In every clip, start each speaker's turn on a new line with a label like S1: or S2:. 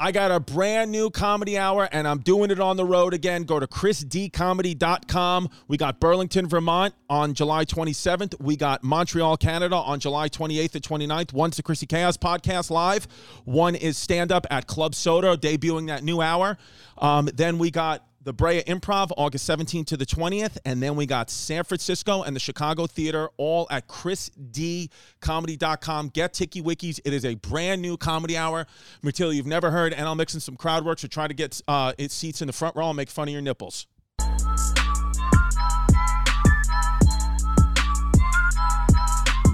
S1: I got a brand new comedy hour and I'm doing it on the road again. Go to chrisdcomedy.com. We got Burlington, Vermont on July 27th. We got Montreal, Canada on July 28th and 29th. One's the Chrissy Chaos Podcast Live. One is stand up at Club Soda, debuting that new hour. Um, then we got the Brea Improv, August 17th to the 20th. And then we got San Francisco and the Chicago Theater, all at chrisdcomedy.com. Get Tiki Wikis. It is a brand new comedy hour material you've never heard. And I'll mix in some crowd work to try to get uh, it seats in the front row and make fun of your nipples.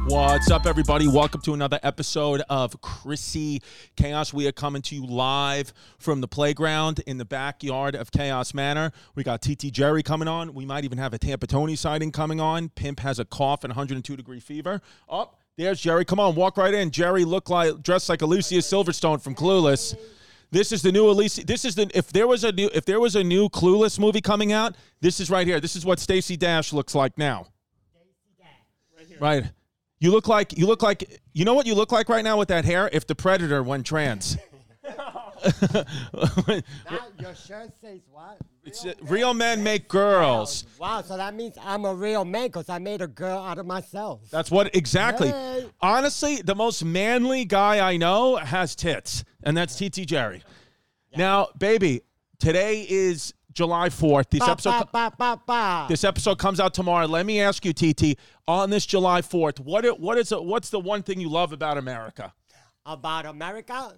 S1: What's up, everybody? Welcome to another episode of Chrissy Chaos. We are coming to you live from the playground in the backyard of Chaos Manor. We got TT Jerry coming on. We might even have a Tampa Tony sighting coming on. Pimp has a cough and 102 degree fever. Up there's Jerry. Come on, walk right in. Jerry look like dressed like Alicia Silverstone from Clueless. This is the new Alicia. This is the if there was a new if there was a new Clueless movie coming out, this is right here. This is what Stacy Dash looks like now. Right. You look like you look like you know what you look like right now with that hair. If the predator went trans,
S2: Now your shirt says what?
S1: it's, uh, real men make girls.
S2: Wow, so that means I'm a real man because I made a girl out of myself.
S1: That's what exactly.
S2: Hey.
S1: Honestly, the most manly guy I know has tits, and that's TT Jerry. Now, baby, today is July fourth. This
S2: Ba,
S1: episode.
S2: ba, ba, ba, ba.
S1: This episode comes out tomorrow. Let me ask you, TT, on this July fourth, what it, what is it, what's the one thing you love about America?
S2: About America?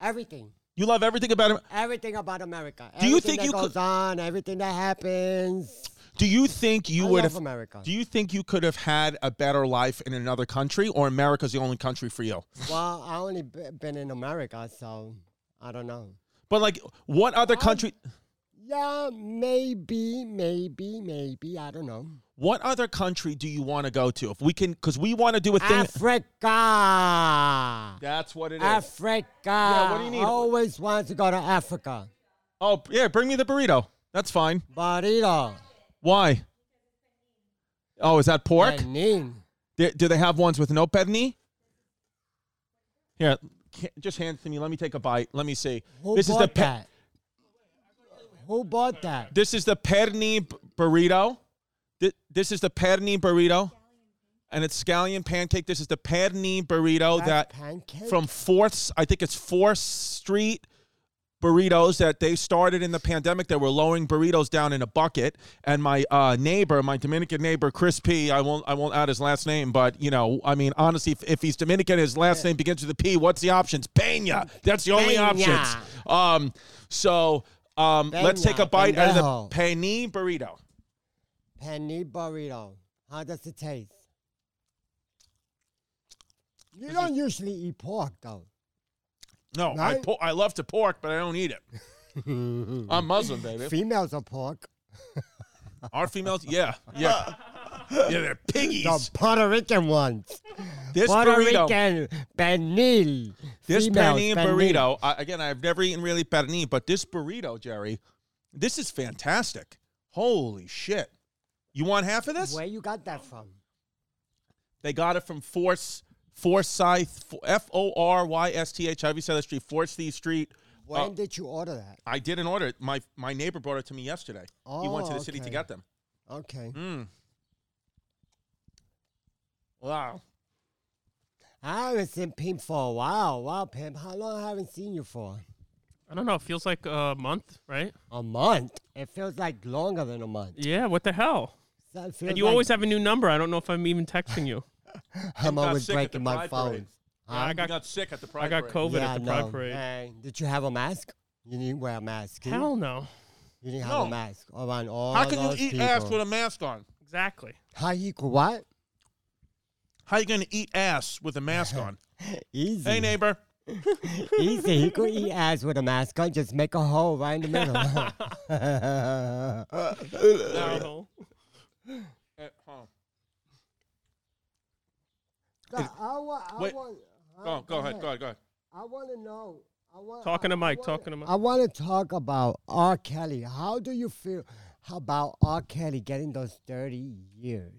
S2: Everything.
S1: You love everything about it.
S2: Everything about America.
S1: Do you
S2: everything
S1: think
S2: that
S1: you
S2: goes
S1: could-
S2: on, everything that happens.
S1: Do you think you
S2: I
S1: would
S2: love
S1: have
S2: America.
S1: Do you think you could have had a better life in another country, or America's the only country for you?
S2: Well, I only b- been in America, so I don't know.
S1: But like, what other
S2: Um,
S1: country?
S2: Yeah, maybe, maybe, maybe. I don't know.
S1: What other country do you want to go to? If we can, because we want to do a thing.
S2: Africa.
S1: That's what it is.
S2: Africa.
S1: Yeah, what do you need?
S2: Always want to go to Africa.
S1: oh yeah, bring me the burrito. That's fine.
S2: Burrito.
S1: Why? Oh, is that pork?
S2: Benin.
S1: Do, do they have ones with no pernil? Here, ca- just hand it to me. Let me take a bite. Let me see.
S2: Who
S1: this is
S2: bought
S1: the pe-
S2: that? Who bought that?
S1: This is the pernil b- burrito. Th- This is the pernil burrito, and it's scallion pancake. This is the pernil burrito that
S2: That's pancake?
S1: Uh, from Fourth, I think it's Fourth Street burritos that they started in the pandemic. They were lowering burritos down in a bucket, and my uh, neighbor, my Dominican neighbor, Chris P. I won't, I won't out his last name, but you know, I mean, honestly, if, if he's Dominican, his last name begins with a P. What's the options? Pena. That's the only
S2: Peña.
S1: options. Um, so. Um, let's take a
S2: Peña,
S1: bite out
S2: pendejo.
S1: of the penne burrito.
S2: penny burrito. How does it taste? You don't usually eat pork though.
S1: No, I,
S2: Right?
S1: po- I love to pork, but I don't eat it. I'm Muslim, baby.
S2: Females are pork.
S1: Our females, yeah, yeah, yeah, they're piggies.
S2: The Puerto Rican ones.
S1: this
S2: Puerto
S1: burrito,
S2: Rican pernil.
S1: this
S2: Females,
S1: penne
S2: pernil.
S1: burrito. I, again, I've never eaten really penne, but this burrito, Jerry, this is fantastic. Holy shit! You want half of this?
S2: Where you got that from?
S1: Uh, They got it from Force Forsyth, F O R Y S T H. Have you said that street? Force the street.
S2: When did you order that?
S1: I didn't order it. My my neighbor brought it to me yesterday. he went to the
S2: Oh,
S1: city to
S2: okay.
S1: get them.
S2: Okay.
S1: Mm. Wow.
S2: I haven't seen Pimp for a while. Wow, Pimp. How long I haven't seen you for?
S3: I don't know. It feels like a month, right?
S2: A month. It feels like longer than a month.
S3: Yeah. What the hell?
S2: So it feels
S3: And you
S2: like
S3: always have a new number. I don't know if I'm even texting you.
S2: I'm
S1: got
S2: always
S1: sick at the
S2: breaking my
S1: Pride Parade.
S2: phone.
S3: I
S1: I
S3: got
S1: got sick at the pride
S3: I got
S1: parade.
S3: COVID
S2: yeah,
S3: at the
S2: no.
S3: Pride Parade.
S2: Hey, did you have a mask? You didn't wear a mask. did you?
S3: Hell no.
S2: You didn't have
S1: No.
S2: a mask around all
S1: How can you
S2: those
S1: eat
S2: people.
S1: ass with a mask on?
S3: Exactly.
S2: How you could what?
S1: How you going to eat ass with a mask on?
S2: Easy.
S1: hey, neighbor.
S2: Easy. He could eat ass with a mask on. Just make a hole right in the middle.
S3: Barrel.
S1: Uh, Wait. Go, go ahead, go ahead, go ahead.
S2: I want to know. I want,
S3: Talking to
S2: I- I
S3: Mike,
S2: wanna-
S3: talking to Mike.
S2: I want to talk about R. Kelly. How do you feel about R. Kelly getting those 30 years?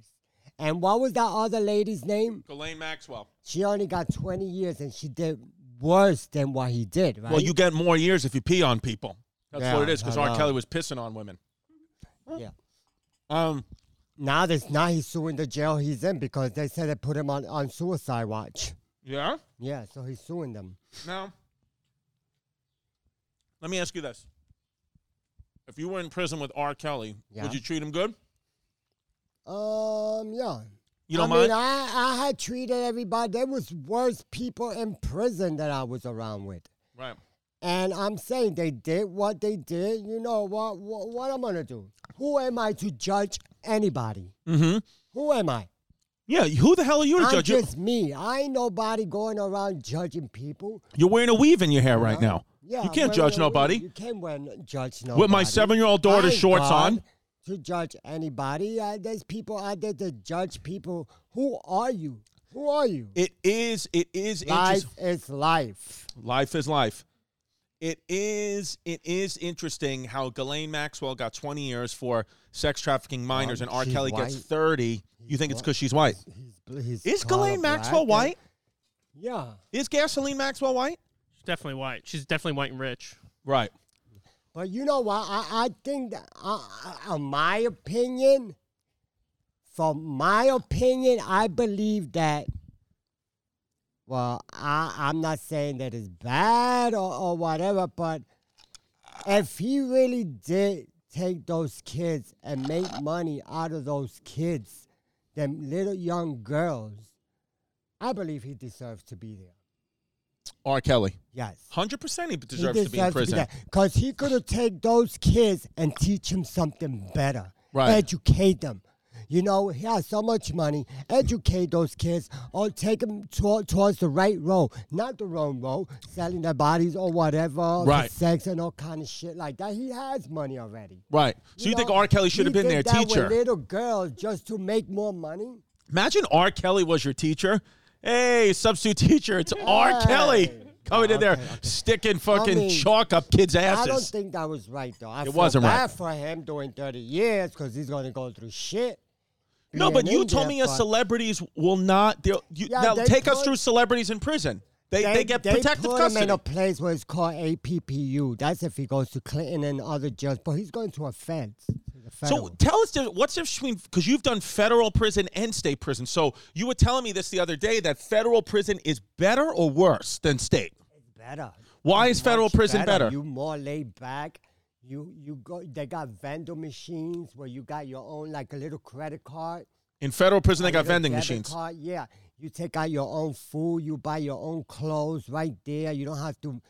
S2: And what was that other lady's name?
S1: Ghislaine Maxwell.
S2: She only got 20 years and she did worse than what he did, right?
S1: Well, you get more years if you pee on people. That's what it
S2: Yeah,
S1: is, because
S2: I
S1: R.
S2: know.
S1: Kelly was pissing on women.
S2: yeah.
S1: Um,
S2: Now that's now he's suing the jail he's in because they said they put him on, on suicide watch.
S1: yeah?
S2: Yeah, so he's suing them.
S1: Now, let me ask you this. If you were in prison with R. Kelly,
S2: Yeah.
S1: would you treat him good?
S2: Um, yeah.
S1: You don't
S2: I mean,
S1: mind?
S2: I, I had treated everybody. There was worse people in prison that I was around with.
S1: right.
S2: And I'm saying they did what they did. You know what? What, what I'm gonna do? Who am I to judge anybody?
S1: Mm-hmm.
S2: Who am I?
S1: Yeah, who the hell are you to
S2: I'm
S1: judge? You're-
S2: just me. I ain't nobody going around judging people.
S1: You're wearing a weave in your hair right now.
S2: Uh-huh. Yeah,
S1: you can't
S2: well,
S1: judge
S2: no,
S1: nobody.
S2: You can't well, judge nobody.
S1: With my seven-year-old daughter's
S2: I ain't
S1: shorts
S2: God
S1: on.
S2: To judge anybody, uh, there's people out there to judge people. Who are you? Who are you?
S1: It is. It is.
S2: life
S1: interest-
S2: is life.
S1: Life is life. It is. It is interesting how Ghislaine Maxwell got 20 years for sex trafficking minors,
S2: Um,
S1: and R.
S2: she's
S1: Kelly gets
S2: white.
S1: 30. You think it's
S2: white.
S1: because she's white?
S2: He's, bl- he's
S1: Is
S2: color
S1: Ghislaine
S2: black
S1: Maxwell
S2: and-
S1: white?
S2: Yeah.
S1: Is Gasoline Maxwell white?
S3: She's definitely white. She's definitely white and rich.
S1: Right.
S2: But you know what? I, I think that, uh, uh, in my opinion, from my opinion, I believe that. Well, I, I'm not saying that it's bad or, or whatever, but if he really did take those kids and make money out of those kids, them little young girls, I believe he deserves to be there.
S1: R. Kelly.
S2: Yes.
S1: 100% he deserves to be in prison.
S2: Because he could have take those kids and teach them something better.
S1: Right.
S2: Educate them. You know, he has so much money. Educate those kids or take them to- towards the right road, not the wrong road, selling their bodies or whatever, for
S1: Right.
S2: sex and all kind of shit like that. He has money already.
S1: Right. So you, think
S2: know,
S1: R. Kelly should have
S2: he
S1: been their
S2: did that with
S1: teacher?
S2: little girls just to make more money.
S1: Imagine R. Kelly was your teacher. Hey, substitute teacher, it's R. Kelly coming in there, sticking fucking
S2: mean,
S1: chalk up kids' asses.
S2: I don't think that was right though. I
S1: It
S2: feel
S1: wasn't right.
S2: bad for him doing 30 years because he's gonna go through shit.
S1: no,
S2: being
S1: but you
S2: in
S1: told
S2: there,
S1: me us
S2: but
S1: celebrities will not. they'll- You,
S2: Yeah,
S1: now
S2: they
S1: take us
S2: put-
S1: through celebrities in prison. They, they, get protective
S2: put
S1: custody.
S2: him in a place where it's called APPU. That's if he goes to Clinton and other jails, but he's going to a fence.
S1: So tell us the, what's the difference between because you've done federal prison and state prison. So you were telling me this the other day that federal prison is better or worse than state.
S2: better.
S1: Why is federal
S2: Much
S1: prison better?
S2: You more laid back. You you go. They got vendor machines where you got your own like a little credit card.
S1: In federal prison, they got
S2: Little
S1: vending
S2: debit
S1: machines.
S2: Card. Yeah, you take out your own food. You buy your own clothes right there. You don't have to.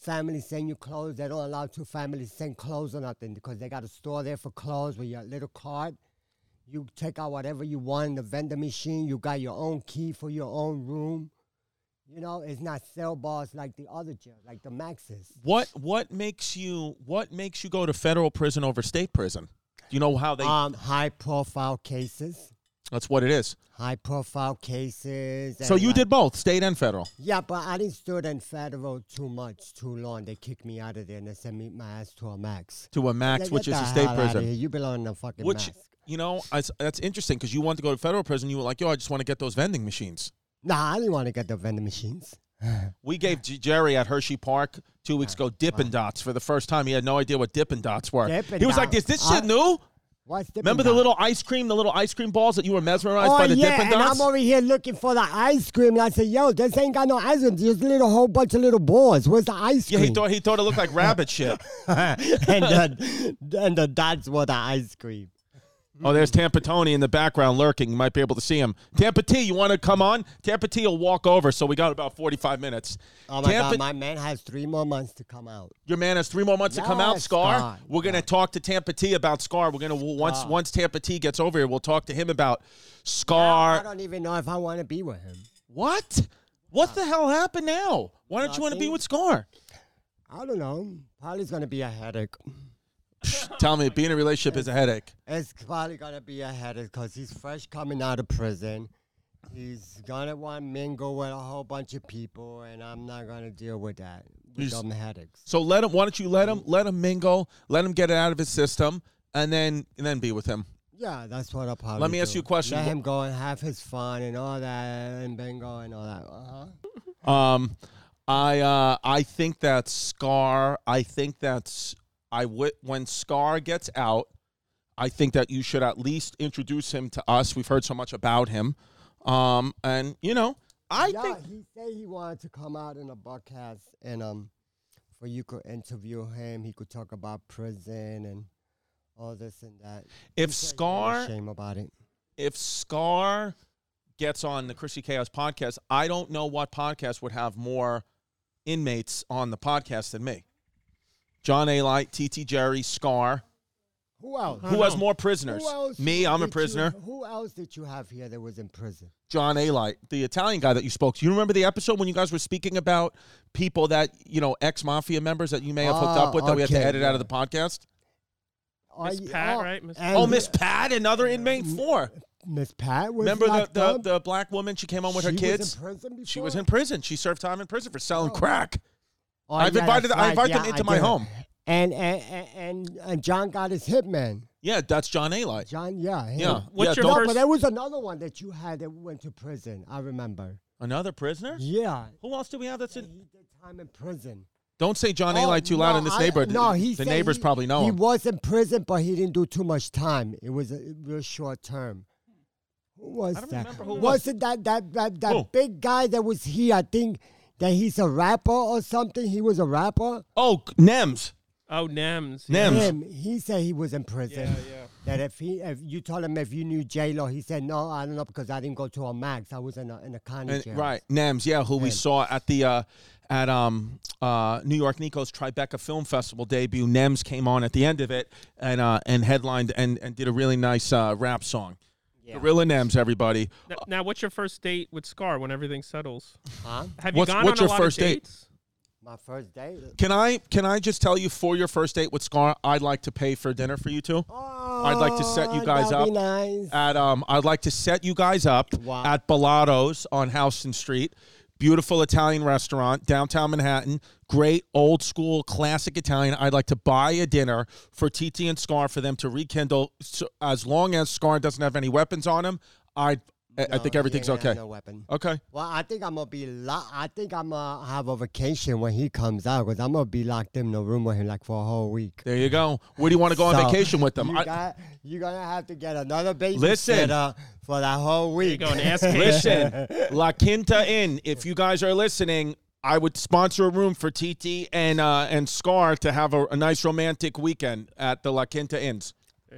S2: Family send you clothes. They don't allow two families send clothes or nothing because they got a store there for clothes with your little card. You take out whatever you want in the vendor machine. You got your own key for your own room. You know, it's not cell bars like the other jail, like the Maxes.
S1: What what makes you what makes you go to federal prison over state prison? Do you know how they?
S2: Um, high profile cases.
S1: that's what it is.
S2: High profile cases.
S1: So
S2: and
S1: you
S2: like-
S1: did both state and federal.
S2: Yeah, but I didn't stood in federal too much, too long. They kicked me out of there and they sent me my ass to a max.
S1: To a max,
S2: Like,
S1: which
S2: get
S1: is a
S2: the
S1: state
S2: hell outta here.
S1: prison.
S2: You belong in a fucking
S1: Which
S2: mask.
S1: you know I s that's interesting because you want to go to federal prison. You were like, yo, I just want to get those vending machines.
S2: Nah, I didn't want to get the vending machines.
S1: We gave G- Jerry at Hershey Park two weeks ago Dippin' Dots for the first time. He had no idea what Dippin' Dots were.
S2: Dippin'
S1: he was like, "Is
S2: Dots.
S1: this
S2: I-
S1: shit new?"
S2: What's the
S1: Remember the little ice cream, the little ice cream balls that you were mesmerized
S2: Oh
S1: by the
S2: yeah,
S1: Dippin'
S2: and
S1: Dots?
S2: I'm over here looking for the ice cream. And I said, "Yo, this ain't got no ice cream. Just little whole bunch of little balls. Where's the ice
S1: yeah,
S2: cream?"
S1: he thought he thought it looked like rabbit shit.
S2: and the and the dots were the ice cream.
S1: Oh, there's Tampa Tony in the background lurking. You might be able to see him. Tampa T, you want to come on? Tampa T will walk over. So we got about 45 minutes.
S2: Oh my
S1: Tampa,
S2: god, my man has three more months to come out.
S1: your man has three more months to come out.
S2: Yes,
S1: Scar,
S2: Scar.
S1: we're gonna talk to Tampa T about Scar. We're gonna we'll- once once Tampa T gets over here, we'll talk to him about
S2: I
S1: Scar.
S2: don't even know if I want to be with him.
S1: What? What the hell happened now? Why don't you want to be
S2: Nothing.
S1: with Scar?
S2: I don't know. Probably's gonna be a headache.
S1: Tell me, being in a relationship is a headache.
S2: It's probably gonna be a headache because he's fresh coming out of prison. He's gonna want to mingle with a whole bunch of people, and I'm not gonna deal with that. With
S1: He's-
S2: dumb headaches.
S1: So let him. Why don't you let him? Let him mingle. Let him get it out of his system, and then and then be with him.
S2: Yeah, that's what I'll probably.
S1: me ask
S2: do.
S1: you a question.
S2: Let
S1: Wha-
S2: him go and have his fun and all that, and bingo and all that. Uh huh.
S1: Um, I uh, I think that Scar. I think that's I w- when Scar gets out. I think that you should at least introduce him to us. We've heard so much about him, um, and you know, I
S2: yeah,
S1: think
S2: he said he wanted to come out in a podcast and um, for you could interview him. He could talk about prison and all this and that.
S1: if
S2: He said he had a
S1: Scar
S2: shame about it.
S1: if Scar gets on the Chrissy Chaos podcast, I don't know what podcast would have more inmates on the podcast than me. John A. Light, TT Jerry, Scar.
S2: Who else?
S1: Who has more prisoners?
S2: Who else
S1: Me, I'm a
S2: did you-
S1: prisoner.
S2: who else did you have here that was in prison?
S1: John A. Light, the Italian guy that you spoke to. You remember the episode when you guys were speaking about people that, you know, ex mafia members that you may have hooked
S2: Ah,
S1: up with that we have to
S2: okay,
S1: edit out of
S2: yeah.
S1: the podcast?
S2: Are
S3: Miss
S2: you-
S3: Pat, right? Miss-
S2: and-
S1: Oh, Miss Pat, another inmate, four.
S2: Miss Pat was
S1: Remember the,
S2: locked
S1: the,
S2: up?
S1: the black woman? She came on with her
S2: She was in
S1: kids.
S2: prison before?
S1: she was in prison. She served time in prison for selling crack.
S2: Oh,
S1: I've
S2: yeah,
S1: invited-
S2: that's
S1: I
S2: right.
S1: invited
S2: Yeah,
S1: them into
S2: I
S1: my
S2: did.
S1: home.
S2: And and, and and and John got his hitman.
S1: Yeah, that's John A. Light.
S2: John, yeah, him.
S1: Yeah.
S3: What's
S1: yeah,
S3: your
S1: don't-
S2: No,
S3: first-
S2: but there was another one that you had that went to prison. I remember.
S1: Another prisoner?
S2: Yeah,
S1: Who else do we have that's
S2: he
S1: in?
S2: did time in prison.
S1: Don't say John A.
S2: Oh,
S1: Light too loud
S2: no,
S1: in this
S2: I-
S1: neighborhood.
S2: No, he
S1: the
S2: said
S1: neighbors
S2: he-
S1: probably know
S2: He
S1: him.
S2: was in prison, but he didn't do too much time. It was a real short term. Who was
S1: don't
S2: that?
S1: remember who it was.
S2: was it that that that, that
S1: Who?
S2: big guy that was here? I think that he's a rapper or something. He was a rapper.
S1: oh, Nems.
S3: Oh, Nems.
S1: Nems.
S2: Him. He said he was in prison.
S3: Yeah, yeah.
S2: That if he, if you told him if you knew J Lo, he said no, I don't know because I didn't go to a max. I was in a in a county
S1: And-
S2: jail.
S1: right, Nems. Yeah, who we saw at the uh, at um uh New York Nico's Tribeca Film Festival debut. Nems came on at the end of it and uh and headlined and and did a really nice uh rap song. Gorilla Nems, everybody.
S3: Now, now, what's your first date with Scar when everything settles?
S2: Huh?
S3: Have you
S1: What's-
S3: gone
S1: what's
S3: on
S1: your
S3: a lot
S1: first
S3: of
S1: date?
S3: dates?
S2: My first date.
S1: Can I can I just tell you for your first date with Scar, I'd like to pay for dinner for you two. I'd like to set you
S2: Oh,
S1: guys
S2: that'd be
S1: up
S2: nice.
S1: at um I'd like to set you guys up
S2: Wow.
S1: at Bellato's on Houston Street. Beautiful Italian restaurant, downtown Manhattan. Great old school classic Italian. I'd like to buy a dinner for TT and Scar for them to rekindle. So, as long as Scar doesn't have any weapons on him, I I- I
S2: No,
S1: think
S2: he
S1: everything's
S2: ain't got
S1: okay.
S2: No weapon.
S1: Okay.
S2: Well, I think I'm gonna be. Lo- I think I'm gonna have a vacation when he comes out because I'm gonna be locked in the room with him like for a whole week.
S1: There you go. Where do you want to go on
S2: So,
S1: vacation with them?
S2: You
S1: I-
S2: got, you're gonna have to get another
S1: Listen.
S2: babysitter for that whole
S3: There you
S2: week.
S3: go, an ass kiss.
S1: Listen, La Quinta Inn. If you guys are listening, I would sponsor a room for TT and uh, and Scar to have a, a nice romantic weekend at the La Quinta Inns.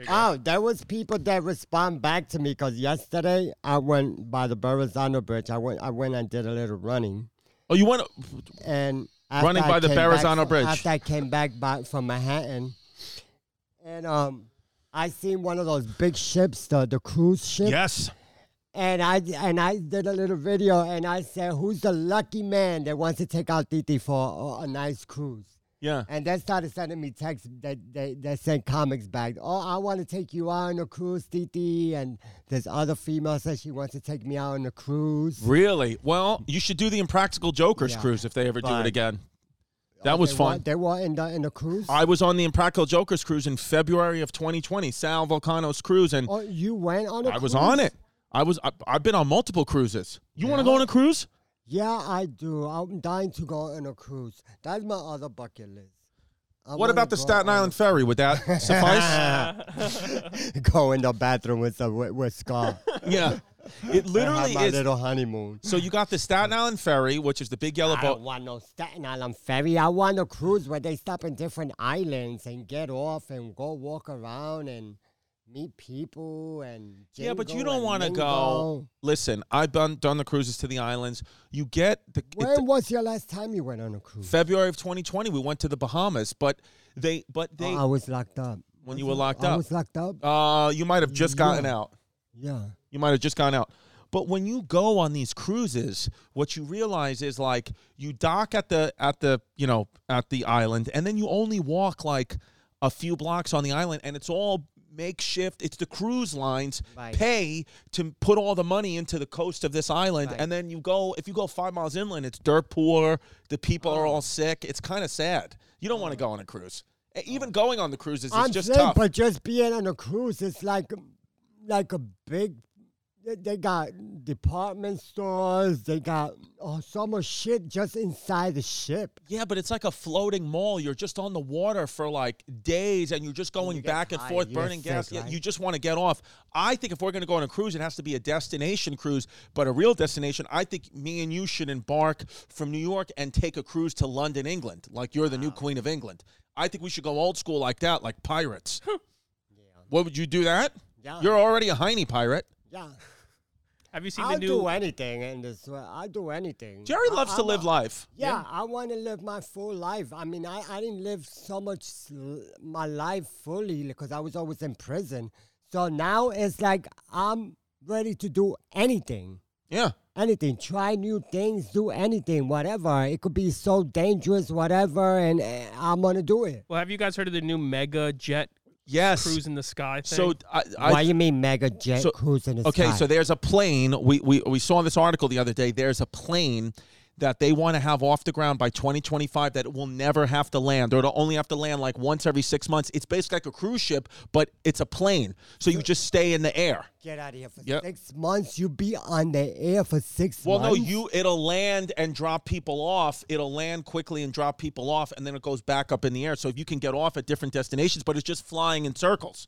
S2: Oh, there was people that respond back to me because yesterday I went by the Verrazano Bridge. I went, I went and did a little running,
S1: Oh, you want?
S2: and after
S1: Running
S2: I
S1: by the
S2: came back
S1: Verrazano
S2: from-
S1: Bridge.
S2: After I came back by, from Manhattan, and um, I seen one of those big ships, the the cruise ship.
S1: Yes.
S2: and I and I did a little video and I said, "Who's the lucky man that wants to take out Titi for a, a nice cruise?"
S1: Yeah.
S2: And they started sending me texts that they that sent comics back. Oh, I want to take you out on a cruise, Titi. And this other female said she wants to take me out on a cruise.
S1: Really? Well, you should do the Impractical Jokers
S2: Yeah,
S1: cruise if they ever do it
S2: but-
S1: again. That was
S2: They
S1: fun.
S2: were- they were in the in the cruise.
S1: I was on the Impractical Jokers cruise in February of 2020, Sal Volcano's cruise, and
S2: oh, you went on a
S1: I was
S2: cruise?
S1: on it. I was. I, I've been on multiple cruises. You want to go on a cruise?
S2: Yeah, I do. I'm dying to go on a cruise. That's my other bucket list. I
S1: What
S2: wanna
S1: about the
S2: go
S1: Staten
S2: on a
S1: Island ferry? Would that suffice?
S2: go in the bathroom with some with, with Scar.
S1: yeah. It
S2: have
S1: literally
S2: my
S1: is.
S2: little honeymoon.
S1: So you got the Staten Island ferry, which is the big yellow
S2: I don't
S1: boat.
S2: want no Staten Island ferry. I want a cruise where they stop in different islands and get off and go walk around and meet people and
S1: Yeah, but you
S2: jingle
S1: don't
S2: and
S1: want to
S2: mingle.
S1: go. Listen, I've done done the cruises to the islands. You get the it-
S2: When was your last time you went on a cruise?
S1: February of 2020. We went to the Bahamas, but they but
S2: Oh,
S1: they
S2: I was locked up.
S1: when you were locked
S2: I
S1: up.
S2: was locked up.
S1: Uh, you might have just gotten out.
S2: yeah.
S1: You might have just gone out. But when you go on these cruises, what you realize is like you dock at the at the you know at the island, and then you only walk like a few blocks on the island, and it's all makeshift. It's the cruise lines
S2: Right.
S1: pay to put all the money into the coast of this island,
S2: Right.
S1: and then you go if you go five miles inland, it's dirt poor. The people
S2: Oh.
S1: are all sick. It's kind of sad. You don't want to go on a cruise. E-
S2: Oh.
S1: Even going on the cruises is
S2: I'm
S1: just
S2: saying,
S1: tough.
S2: but just being on a cruise is like, like a big. they- They got department stores. They got oh, so much shit just inside the ship.
S1: Yeah, but it's like a floating mall. You're just on the water for like days and you're just going
S2: you get
S1: back and
S2: tired,
S1: forth,
S2: you get
S1: burning gas.
S2: sick,
S1: Yeah,
S2: right?
S1: You just want to get off. I think if we're going to go on a cruise, it has to be a destination cruise, but a real destination. I think me and you should embark from New York and take a cruise to London, England. Like you're the new Queen of England. I think we should go old school like that, like pirates. What would you do that?
S2: Yeah.
S1: You're already a heiny pirate.
S2: Yeah,
S3: Have you seen
S2: I'll
S3: the
S2: do
S3: new?
S2: anything in this. world. I'll do anything.
S1: Jerry
S2: I-
S1: loves to
S2: I'm
S1: live
S2: a-
S1: life.
S2: Yeah, I want to live my full life. I mean, I, I didn't live so much sl- my life fully because I was always in prison. So now it's like I'm ready to do anything.
S1: Yeah.
S2: Anything, try new things, do anything, whatever. It could be so dangerous, whatever, and eh, I'm gonna do it.
S3: Well, have you guys heard of the new mega jet
S1: Yes.
S3: cruise in the sky thing?
S1: so I, I
S2: Why you mean mega jet
S1: So-
S2: cruise in the
S1: okay,
S2: sky?
S1: so there's a plane. We, we we saw this article the other day. There's a plane that they want to have off the ground by 2025 that it will never have to land, or it'll only have to land like once every six months. It's basically like a cruise ship, but it's a plane. So you just stay in the air.
S2: get out of here for
S1: Yep.
S2: six months. You be on the air for six
S1: Well, no,
S2: months.
S1: you it'll land and drop people off. It'll land quickly and drop people off, and then it goes back up in the air. So if you can get off at different destinations, but it's just flying in circles.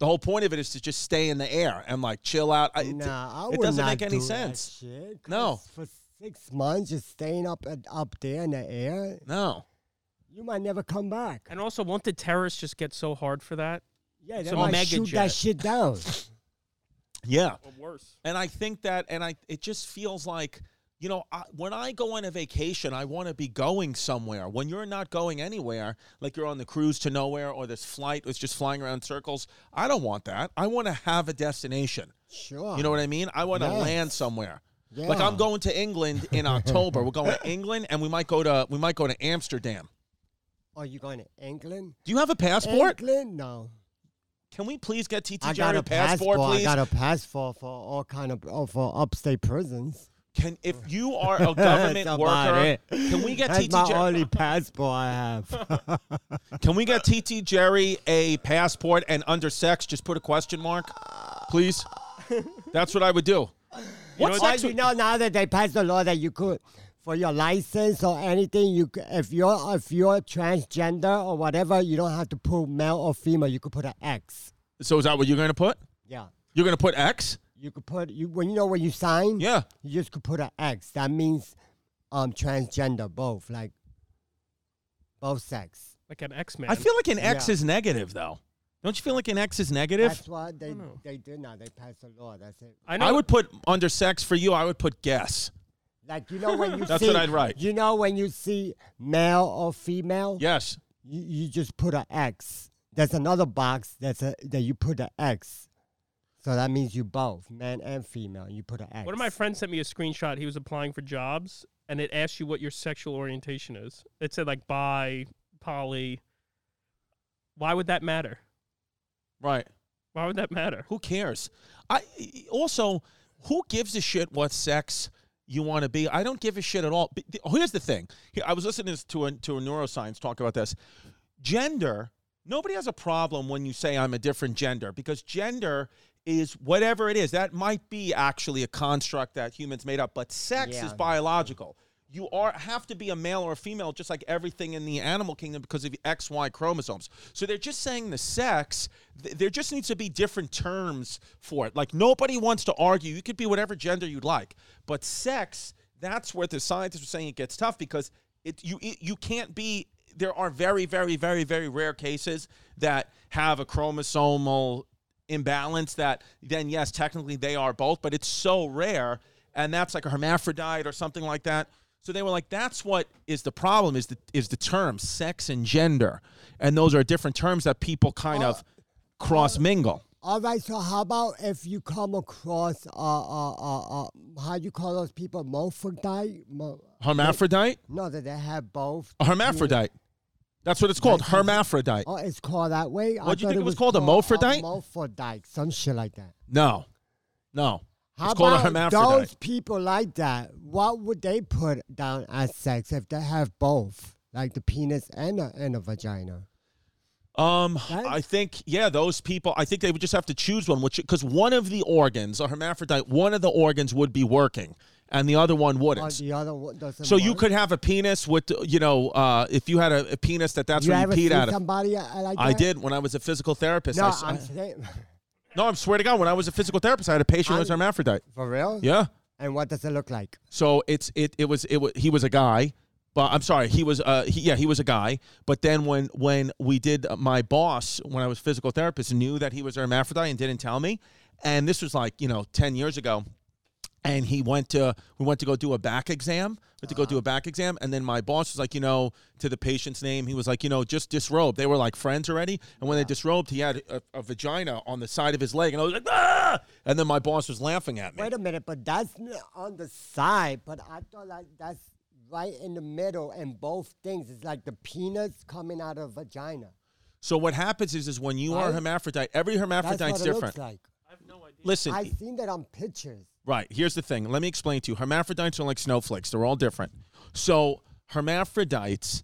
S1: The whole point of it is to just stay in the air and like chill out. I- it-
S2: Nah, I
S1: it
S2: would
S1: doesn't
S2: not
S1: make any
S2: do that
S1: sense.
S2: shit, 'cause
S1: No.
S2: for six months, just staying up at, up there in the air,
S1: No.
S2: you might never come back.
S3: and also, won't the terrorists just get so hard for that?
S2: Yeah, they
S3: Some
S2: might
S3: mega
S2: shoot
S3: jet.
S2: that shit down.
S1: Yeah.
S3: Or worse.
S1: And I think that, and I, it just feels like, you know, I, when I go on a vacation, I want to be going somewhere. When you're not going anywhere, like you're on the cruise to nowhere or this flight that's just flying around in circles, I don't want that. I want to have a destination.
S2: Sure.
S1: You know what I mean? I want to
S2: Yes.
S1: land somewhere. Like I'm
S2: Yeah.
S1: going to England in October. We're going to England, and we might go to we might go to Amsterdam.
S2: Are you going to England?
S1: Do you have a passport?
S2: England? No.
S1: Can we please get TT
S2: I
S1: Jerry
S2: got a passport.
S1: please?
S2: I got a passport for all kind of oh, for upstate prisons.
S1: Can if you are a
S2: That's
S1: government
S2: about
S1: worker,
S2: it.
S1: can we get
S2: That's
S1: TT
S2: my
S1: Jerry?
S2: only passport I have.
S1: Can we get TT Jerry a passport and under sex? Just put a question mark, please. That's what I would do. What
S3: know,
S2: Well,
S1: sex?
S2: you
S1: would-
S2: know now that they passed the law that you could, for your license or anything, you c- if you're if you're transgender or whatever, you don't have to put male or female. You could put an X.
S1: So is that what you're gonna put?
S2: Yeah,
S1: You're gonna put X?
S2: you could put you when you know when you sign.
S1: Yeah.
S2: you just could put an X. That means um transgender, both like both sex.
S3: Like an X Man.
S1: I feel like an X
S2: Yeah.
S1: is negative though. Don't you feel like an X is negative?
S2: That's what they they did now. They passed the law. That's it.
S3: I know.
S1: I would put under sex for you. I would put guess.
S2: Like you know when you
S1: That's
S2: see,
S1: what I'd write.
S2: You know when you see male or female.
S1: Yes.
S2: you, you just put an X. There's another box that's a that you put an X. So that means you both, man and female. You put an X.
S3: One of my friends sent me a screenshot. He was applying for jobs, and it asked you what your sexual orientation is. It said like bi, poly. Why would that matter?
S1: Right.
S3: Why would that matter?
S1: Who cares? I also, who gives a shit what sex you want to be? I don't give a shit at all. But th- Here's the thing. Here, I was listening to a, to a neuroscience talk about this. Gender. Nobody has a problem when you say I'm a different gender because gender is whatever it is. That might be actually a construct that humans made up, but sex is
S2: Yeah.
S1: biological. You are have to be a male or a female, just like everything in the animal kingdom, because of X Y chromosomes. So they're just saying the sex. th- there just needs to be different terms for it. Like nobody wants to argue. You could be whatever gender you'd like, but sex. That's where the scientists are saying it gets tough because it you it, you can't be. There are very very very very rare cases that have a chromosomal imbalance that then yes technically they are both but it's so rare and that's like a hermaphrodite or something like that so they were like that's what is the problem is the is the term sex and gender and those are different terms that people kind of cross mingle
S2: All right, so how about if you come across uh uh uh, uh how you call those people hermaphrodite? Mo-
S1: Hermaphrodite?
S2: no, that they have both.
S1: A hermaphrodite. That's what it's called. Hermaphrodite.
S2: Oh, it's called that way. I
S1: What'd you
S2: thought
S1: think it was called, a mophrodite?
S2: Hermaphrodite, some shit like that.
S1: No. No.
S2: How
S1: it's called a
S2: about
S1: hermaphrodite.
S2: those people like that? What would they put down as sex if they have both, like the penis and a, and a vagina?
S1: Um,
S2: Right?
S1: I think yeah, those people. I think they would just have to choose one, which because one of the organs, a hermaphrodite, one of the organs would be working, and the other one
S2: Or
S1: wouldn't.
S2: the other one doesn't.
S1: So you
S2: work?
S1: could have a penis with you know, uh, if you had a, a penis that that's
S2: you
S1: where you
S2: ever
S1: peed
S2: see
S1: out of.
S2: somebody uh, like that?
S1: I did when I was a physical therapist.
S2: No,
S1: I, s-
S2: I'm
S1: I-
S2: saying
S1: no, I'm swear to God, when I was a physical therapist, I had a patient who was
S2: I'm-
S1: hermaphrodite.
S2: for real.
S1: Yeah.
S2: And what does it look like?
S1: So it's it it was it was he was a guy, but I'm sorry he was uh he, yeah he was a guy. But then when when we did uh, my boss when I was physical therapist knew that he was a hermaphrodite and didn't tell me, and this was like you know ten years ago, and he went to we went to go do a back exam went to go do a back exam and then my boss was like you know to the patient's name he was like you know just disrobe they were like friends already and when they disrobed he had a, a vagina on the side of his leg and i was like ah! and then my boss was laughing at me
S2: Wait a minute, but that's n- on the side. But I thought like that's right in the middle, and both things is like the peanuts coming out of vagina.
S1: So what happens is, is when you are
S2: Right?
S1: hermaphrodite, every
S2: That's what
S1: hermaphrodite's
S2: it
S1: different.
S2: looks like.
S1: Listen,
S2: I've seen that on pictures.
S1: right? Here's the thing. Let me explain to you. Hermaphrodites are like snowflakes. They're all different. So hermaphrodites,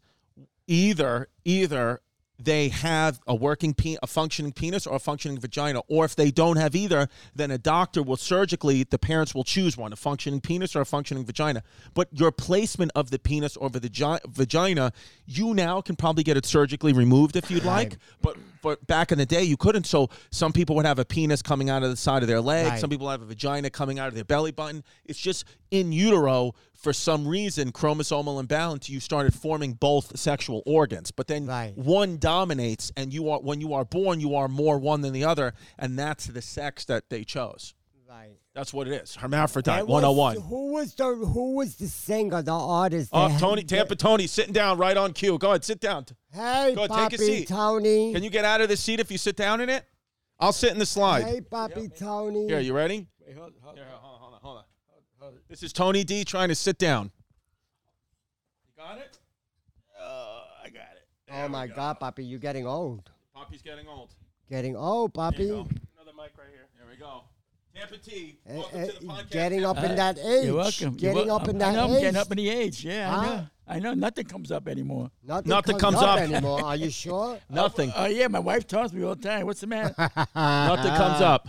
S1: either either they have a working pe- a functioning penis or a functioning vagina, or if they don't have either, then a doctor will surgically the parents will choose one, a functioning penis or a functioning vagina. But your placement of the penis or the gi- vagina, you now can probably get it surgically removed if you'd like. But but back in the day, you couldn't. So some people would have a penis coming out of the side of their leg.
S2: Right.
S1: Some people have a vagina coming out of their belly button. It's just in utero. For some reason, chromosomal imbalance, you started forming both sexual organs, but then
S2: Right.
S1: one dominates, and you are when you are born, you are more one than the other, and that's the sex that they chose.
S2: Right.
S1: That's what it is. Hermaphrodite,
S2: And
S1: one
S2: what's-
S4: oh
S1: hundred and one.
S2: Who was the who was the singer, the artist?
S1: Oh,
S2: that-
S1: Tony Tampa Tony sitting down right on cue. Go ahead, sit down.
S2: Hey,
S1: Go, take a
S2: Poppy
S1: seat.
S2: Tony.
S1: Can you get out of the seat if you sit down in it? I'll sit in the slide.
S2: Hey, Poppy Tony.
S1: Here, you ready? Here, hold on, hold on, hold on. This is Tony D trying to sit down. You got it? Oh, I got it.
S2: oh my God, Poppy, you're getting old.
S1: Poppy's getting old.
S2: Getting old, Poppy.
S3: Another mic right here.
S1: There we go. Tampa T,
S2: Eh,
S1: welcome
S2: eh,
S1: to the podcast.
S2: getting up in that age.
S4: You're welcome. You're
S2: Getting
S4: wel-
S2: up in
S4: I
S2: that
S4: know, I'm
S2: age.
S4: getting up in the age. Yeah,
S2: Huh?
S4: I know. I know. Nothing comes up anymore.
S2: Nothing,
S1: Nothing
S2: comes,
S1: comes
S2: up
S1: up.
S2: anymore. Are you sure?
S1: Nothing.
S2: Uh-huh.
S4: Oh yeah, my wife tells me all the time. What's the matter?
S1: Nothing comes up.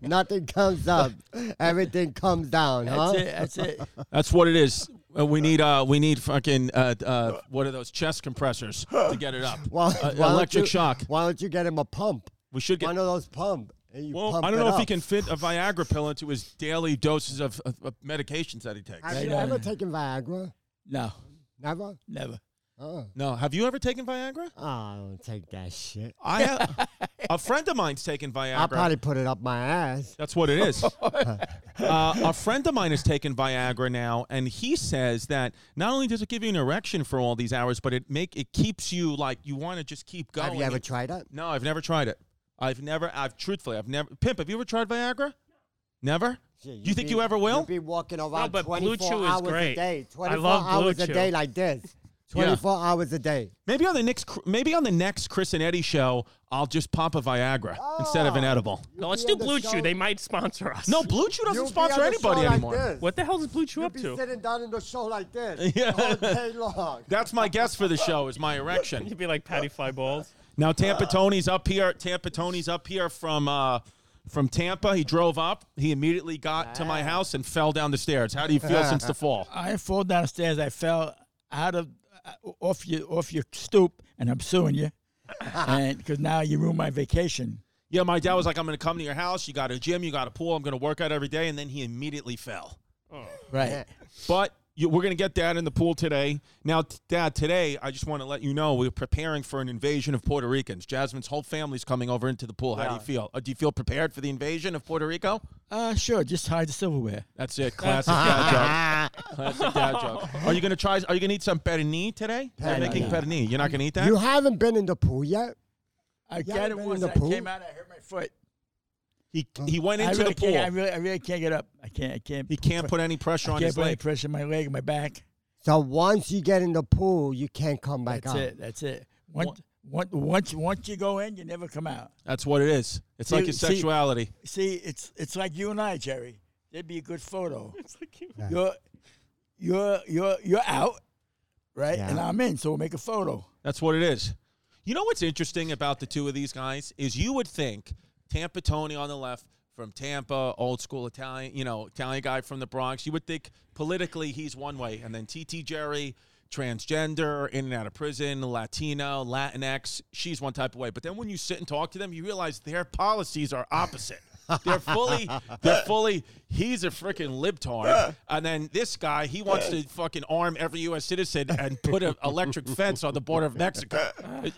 S2: Nothing comes up. Everything comes down, huh?
S4: That's it. That's it.
S1: That's what it is. Uh, we need uh we need fucking uh, uh what are those chest compressors to get it up.
S2: Why-
S1: Uh,
S2: why don't
S1: electric
S2: you-
S1: shock.
S2: Why don't you get him a pump?
S1: We should get
S2: One of those pump. and you
S1: Well,
S2: pump
S1: I don't
S2: it
S1: know if he
S2: up.
S1: can fit a Viagra pill into his daily doses of, of, of medications that he takes.
S2: Have
S4: Right
S2: you
S4: on.
S2: ever taken Viagra?
S4: No,
S2: Never?
S4: never.
S2: Uh-uh.
S1: No, have you ever taken Viagra?
S2: Oh, I don't take that shit.
S1: I have. a friend of mine's taken Viagra.
S2: I'll probably put it up my ass.
S1: That's what it is. uh, a friend of mine has taken Viagra now, and he says that not only does it give you an erection for all these hours, but it make it keeps you like you want to just keep going.
S2: Have you ever tried it?
S1: no, I've never tried it. I've never. I've truthfully, I've never. Pimp, have you ever tried Viagra? Never.
S2: Shit,
S1: you think
S2: be-
S1: you ever will?
S2: You'll be walking around
S3: but Blue
S2: 24
S3: Chew is
S2: hours a
S3: great.
S2: day.
S3: I
S2: 24
S3: love Blue
S2: hours a
S3: Chew.
S2: day like this.
S1: Yeah.
S2: 24 hours a day.
S1: Maybe on the next, maybe on the next Chris and Eddie show, I'll just pop a Viagra instead
S2: Oh.
S1: of an edible.
S3: No, let's
S2: be
S3: do
S2: on the
S3: Blue
S2: show-
S3: Chew. They might sponsor us.
S1: No, Blue Chew doesn't
S2: You'll be
S1: sponsor
S2: on the show
S1: anybody
S2: like
S1: anymore.
S2: this.
S3: What the hell is Blue Chew
S2: You'll
S3: up
S2: be
S3: to?
S2: sitting down in the show like this
S1: Yeah.
S2: all day long.
S1: That's my guess for the show is my erection.
S3: You'd be like Patty Fly Balls.
S1: Now Tampa Tony's up here. Tampa Tony's up here from uh, from Tampa. He drove up. He immediately got to my house and fell down the stairs. How do you feel since the fall?
S4: I fall downstairs. I fell out of uh, off your off your stoop, and I'm suing you, and because now you ruined my vacation.
S1: Yeah, my dad was like, "I'm going to come to your house. You got a gym. You got a pool. I'm going to work out every day." And then he immediately fell.
S4: Right.
S1: But you, we're going to get Dad in the pool today. Now, t- Dad, today I just want to let you know we're preparing for an invasion of Puerto Ricans. Jasmine's whole family's coming over into the pool. How do you feel? Uh, do you feel prepared for the invasion of Puerto Rico?
S4: Uh, sure. Just hide the silverware.
S1: That's it. Classic
S2: Ah,
S1: dad joke. Classic dad joke. Are you going to try? Are you going to eat some pernil today? They're making pernil. You're not going to eat that.
S2: You haven't been in the pool yet?
S4: I
S2: Yeah,
S4: got
S2: I've
S4: it
S2: been in
S4: once.
S2: the
S4: I
S2: pool.
S4: came out. I hurt my foot.
S1: He he went
S4: I
S1: into
S4: really
S1: the pool.
S4: can't. I really, I really can't get up. I can't. I can't.
S1: he can't put any pressure
S4: I
S1: on
S4: can't
S1: his
S4: put any
S1: leg.
S4: pressure on my leg, my back.
S2: So once you get in the pool, you can't come back
S4: That's
S2: out.
S4: it. That's it. Once, once, once, once you go in, you never come out.
S1: That's what it is. It's
S4: See-
S1: like his
S4: see-
S1: sexuality.
S4: See, it's it's like you and I, Jerry. That'd be a good photo.
S3: It's like you-
S4: You're you're you're you're out, right? And
S2: Yeah.
S4: I'm in, so we'll make a photo.
S1: That's what it is. You know what's interesting about the two of these guys is you would think Tampa Tony on the left from Tampa, old school Italian, you know, Italian guy from the Bronx. You would think politically he's one way, and then TT Jerry, transgender, in and out of prison, Latino, Latinx, she's one type of way. But then when you sit and talk to them, you realize their policies are opposite. They're fully, they're fully. He's a freaking libtard, and then this guy, he wants to fucking arm every U.S. citizen and put an electric fence on the border of Mexico.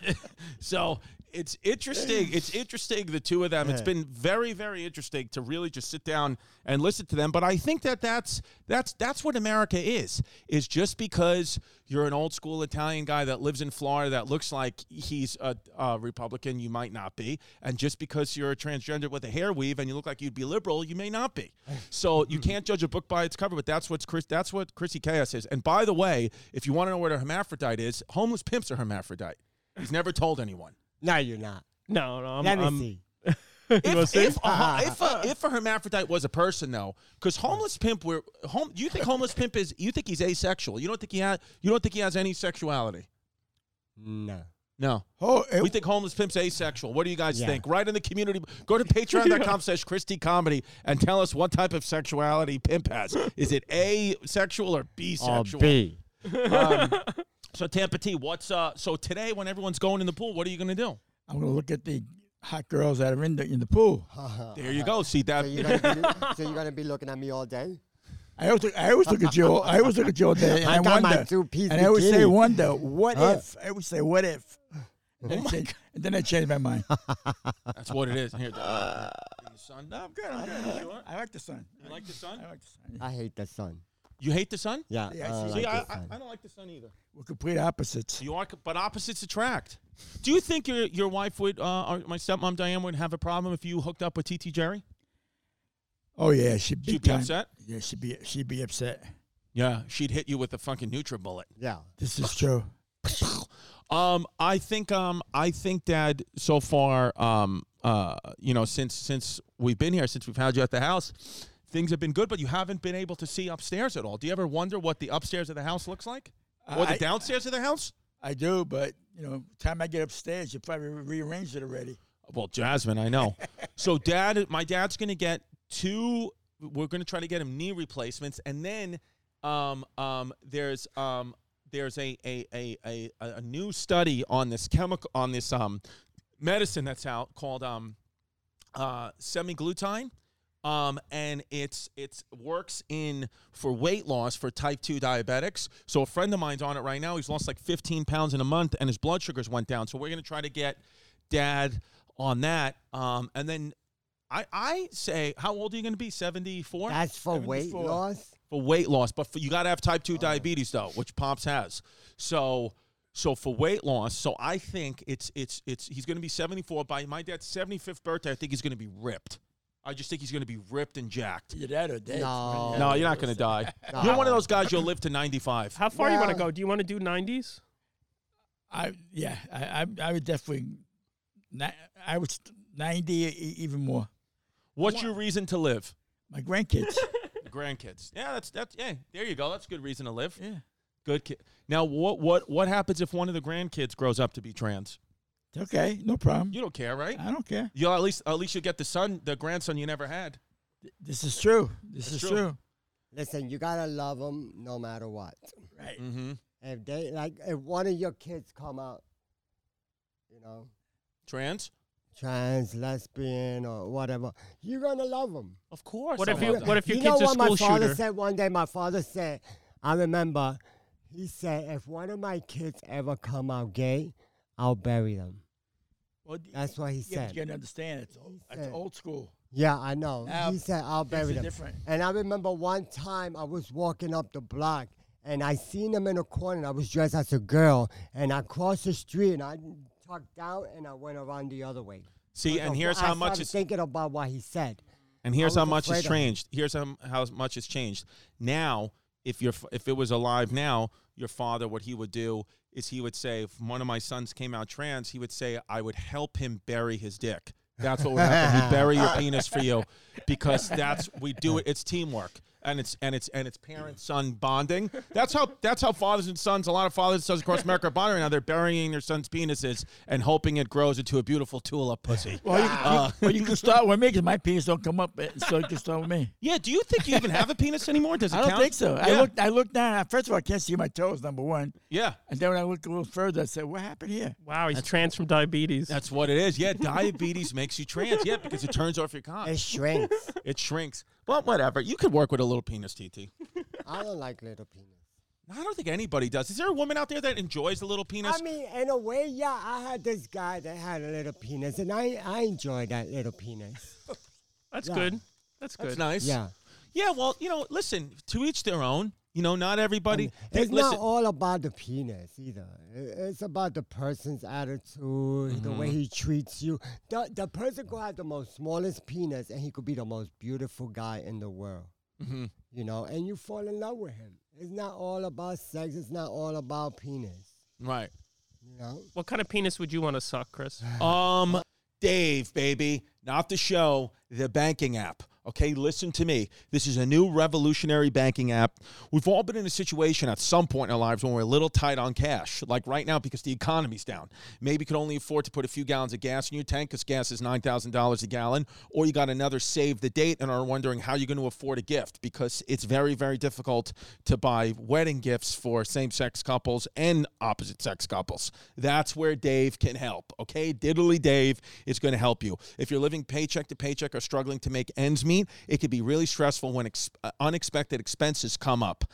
S1: so it's interesting. It's interesting the two of them. It's been very, very interesting to really just sit down and listen to them. But I think that that's that's that's what America is. Is just because you're an old school Italian guy that lives in Florida that looks like he's a, a Republican, you might not be, and just because you're a transgender with a hair weave and you look like you'd be liberal, you may not be. So you can't judge a book by its cover. But that's what Chris. That's what Chrissy Chaos is. And by the way, if you want to know what a hermaphrodite is, homeless pimps are hermaphrodite. He's never told anyone.
S2: No, you're not.
S3: No, no. I'm,
S2: Let me
S3: I'm-
S2: see.
S3: You wanna
S1: If,
S3: see?
S1: if, a, ho- if, a, if a hermaphrodite was a person though, because homeless pimp, were home. You think homeless pimp is? You think he's asexual? You don't think he has? You don't think he has any sexuality?
S2: No.
S1: No.
S4: Oh, it-
S1: We think homeless pimp's asexual. What do you guys
S2: Yeah.
S1: think? Right in the community. Go to patreon.com slash Christie Comedy and tell us what type of sexuality pimp has. Is it asexual
S2: Oh,
S1: or B
S2: Or
S1: sexual?
S2: B.
S1: So Tampa T, what's uh so today when everyone's going in the pool, what are you gonna do?
S4: I'm gonna look at the hot girls that are in the in the pool.
S2: Uh,
S1: There you go. See that
S2: So you're, gonna be, so you're gonna be looking at me all day?
S4: I always, look- I always look at Joe. I always look at Joe. Day, and
S2: I
S4: I,
S2: got my
S4: wonder,
S2: two-piece
S4: and I always say,
S2: bikini.
S4: wonder, what
S2: Huh?
S4: if? I always say, what if?
S1: Oh
S4: And, then I change- and then I changed my mind.
S1: that's what it is. Here, uh, the sun. No, I'm good, I'm good. You sure?
S4: I like the sun.
S1: You like the sun?
S4: I like the sun.
S2: I hate the sun.
S1: You hate the sun?
S2: Yeah.
S4: Yeah, I
S2: I don't
S4: see.
S1: See,
S2: like
S1: I,
S2: the
S1: I,
S2: sun.
S1: I don't like the sun either.
S4: We're complete opposites.
S1: You are, but opposites attract. Do you think your your wife would, uh, or my stepmom Diane would have a problem if you hooked up with TT Jerry?
S4: Oh yeah, she'd be,
S1: She'd be upset?
S4: Yeah, she'd be she'd be upset.
S1: Yeah, she'd hit you with a fucking NutriBullet.
S2: yeah.
S4: This is true.
S1: Um, I think um, I think Dad. So far, um, uh, you know, since since we've been here, since we've had you at the house, things have been good, but you haven't been able to see upstairs at all. Do you ever wonder what the upstairs of the house looks like, or the
S4: I-
S1: downstairs of the house?
S4: I do, but you know, time I get upstairs, you probably rearranged it already.
S1: Well, Jasmine, I know. so, dad, my dad's going to get two. We're going to try to get him knee replacements, and then um, um, there's um, there's a a, a a a a new study on this chemical on this um, medicine that's out called um, uh, semiglutide. Um, and it's it's works in for weight loss for type two diabetics. So a friend of mine's on it right now. He's lost like 15 pounds in a month, and his blood sugars went down. So we're gonna try to get dad on that. Um, and then I I say, how old are you gonna be? 74
S2: That's for weight
S4: 74.
S2: loss.
S1: for weight loss, but for, you got to have type 2 diabetes though, which Pops has. So so for weight loss, so I think it's it's it's he's going to be 74 by my dad's 75th birthday. I think he's going to be ripped. I just think he's going to be ripped and jacked.
S4: You're dead or dead.
S2: No.
S1: No, you're not going to die. You're one of those guys you'll live to 95.
S3: How far you want to
S2: Well-
S3: go? Do you want to do 90s?
S4: I yeah, I I, I would definitely. ni- I was ninety, e- even more.
S1: What's your reason to live?
S4: My grandkids.
S1: The grandkids. Yeah, that's that's yeah. There you go. That's a good reason to live.
S4: yeah,
S1: Good kid. Now, what what what happens if one of the grandkids grows up to be trans?
S4: it's okay, no problem.
S1: You don't care, right?
S4: I don't care.
S1: You'll at least at least you'll get the son, the grandson you never had.
S4: This is true. This
S1: That's true.
S4: is true.
S2: Listen, you gotta love them no matter what.
S4: Right.
S1: Mm-hmm.
S2: If they like, if one of your kids come out, you know,
S1: Trans?
S2: trans, lesbian, or whatever, you're gonna love them.
S1: Of course.
S3: What
S1: I
S3: if you
S1: love that.
S3: what if your
S2: you know
S3: kid's a
S2: what my
S3: school
S2: father
S3: shooter?
S2: said one day? My father said, I remember, he said, if one of my kids ever come out gay, I'll bury them.
S4: Well,
S2: That's what he
S4: yeah, but
S2: said.
S4: you gotta understand it's old, it's
S2: said-
S4: old school.
S2: Yeah, I know.
S4: Now,
S2: he said, I'll
S4: things
S2: bury
S4: are
S2: them.
S4: different.
S2: And I remember one time I was walking up the block and I seen him in a corner. and I was dressed as a girl and I crossed the street and I tucked out and I went around the other way.
S1: See, and here's
S2: I
S1: how much
S2: started
S1: it's
S2: thinking about what he said.
S1: and here's
S2: I
S1: how
S2: was
S1: much
S2: afraid
S1: it's
S2: of it.
S1: changed. Here's how, how much it's changed. Now, if your f- if it was alive now, your father, what he would do is he would say, if one of my sons came out trans, he would say, I would help him bury his dick. That's what would happen. we bury your penis for you because that's we do it. It's teamwork. And it's and it's and it's parent son bonding. That's how that's how fathers and sons, a lot of fathers and sons across America are bonding now. They're burying their sons' penises and hoping it grows into a beautiful tulip pussy.
S4: Well, you,
S1: Ah.
S4: well, you can start with me because my penis don't come up, eh, so you can start with me.
S1: Yeah, do you think you even have a penis anymore? Does it
S4: I don't
S1: count?
S4: think so.
S1: Yeah.
S4: I looked. I looked down. and First of all, I can't see my toes. Number one,
S1: Yeah,
S4: and then when I looked a little further, I said, "What happened here?"
S3: Wow, he's trans from diabetes.
S1: that's what it is. Yeah, diabetes makes you trans. Yeah, because it turns off your cock.
S2: It shrinks.
S1: It shrinks. Well, whatever. You could work with a little penis, TT.
S2: I don't like little penis.
S1: I don't think anybody does. Is there a woman out there that enjoys a little penis?
S2: I mean, in a way, yeah, I had this guy that had a little penis, and I I enjoyed that little penis.
S3: That's
S2: Yeah.
S3: good. That's good.
S1: That's nice.
S2: Yeah.
S1: Yeah. Well, you know, listen. To each their own. You know, not everybody. Hey,
S2: It's
S1: listen.
S2: not all about the penis either. I- It's about the person's attitude, the way he treats you. The, the person could have the most smallest penis and he could be the most beautiful guy in the world.
S1: Mhm.
S2: You know, and you fall in love with him. It's not all about sex, it's not all about penis.
S1: right.
S2: You know?
S3: What kind of penis would you want to suck, Chris?
S1: Um, Dave, baby, not the show, the banking app. Okay, listen to me. This is a new revolutionary banking app. We've all been in a situation at some point in our lives when we're a little tight on cash, like right now because the economy's down. Maybe you can only afford to put a few gallons of gas in your tank because gas is $9,000 a gallon, or you got another save the date and are wondering how you're going to afford a gift because it's very, very difficult to buy wedding gifts for same sex couples and opposite sex couples. That's where Dave can help. Okay, Diddly Dave is going to help you. If you're living paycheck to paycheck or struggling to make ends meet, it can be really stressful when ex- uh, unexpected expenses come up.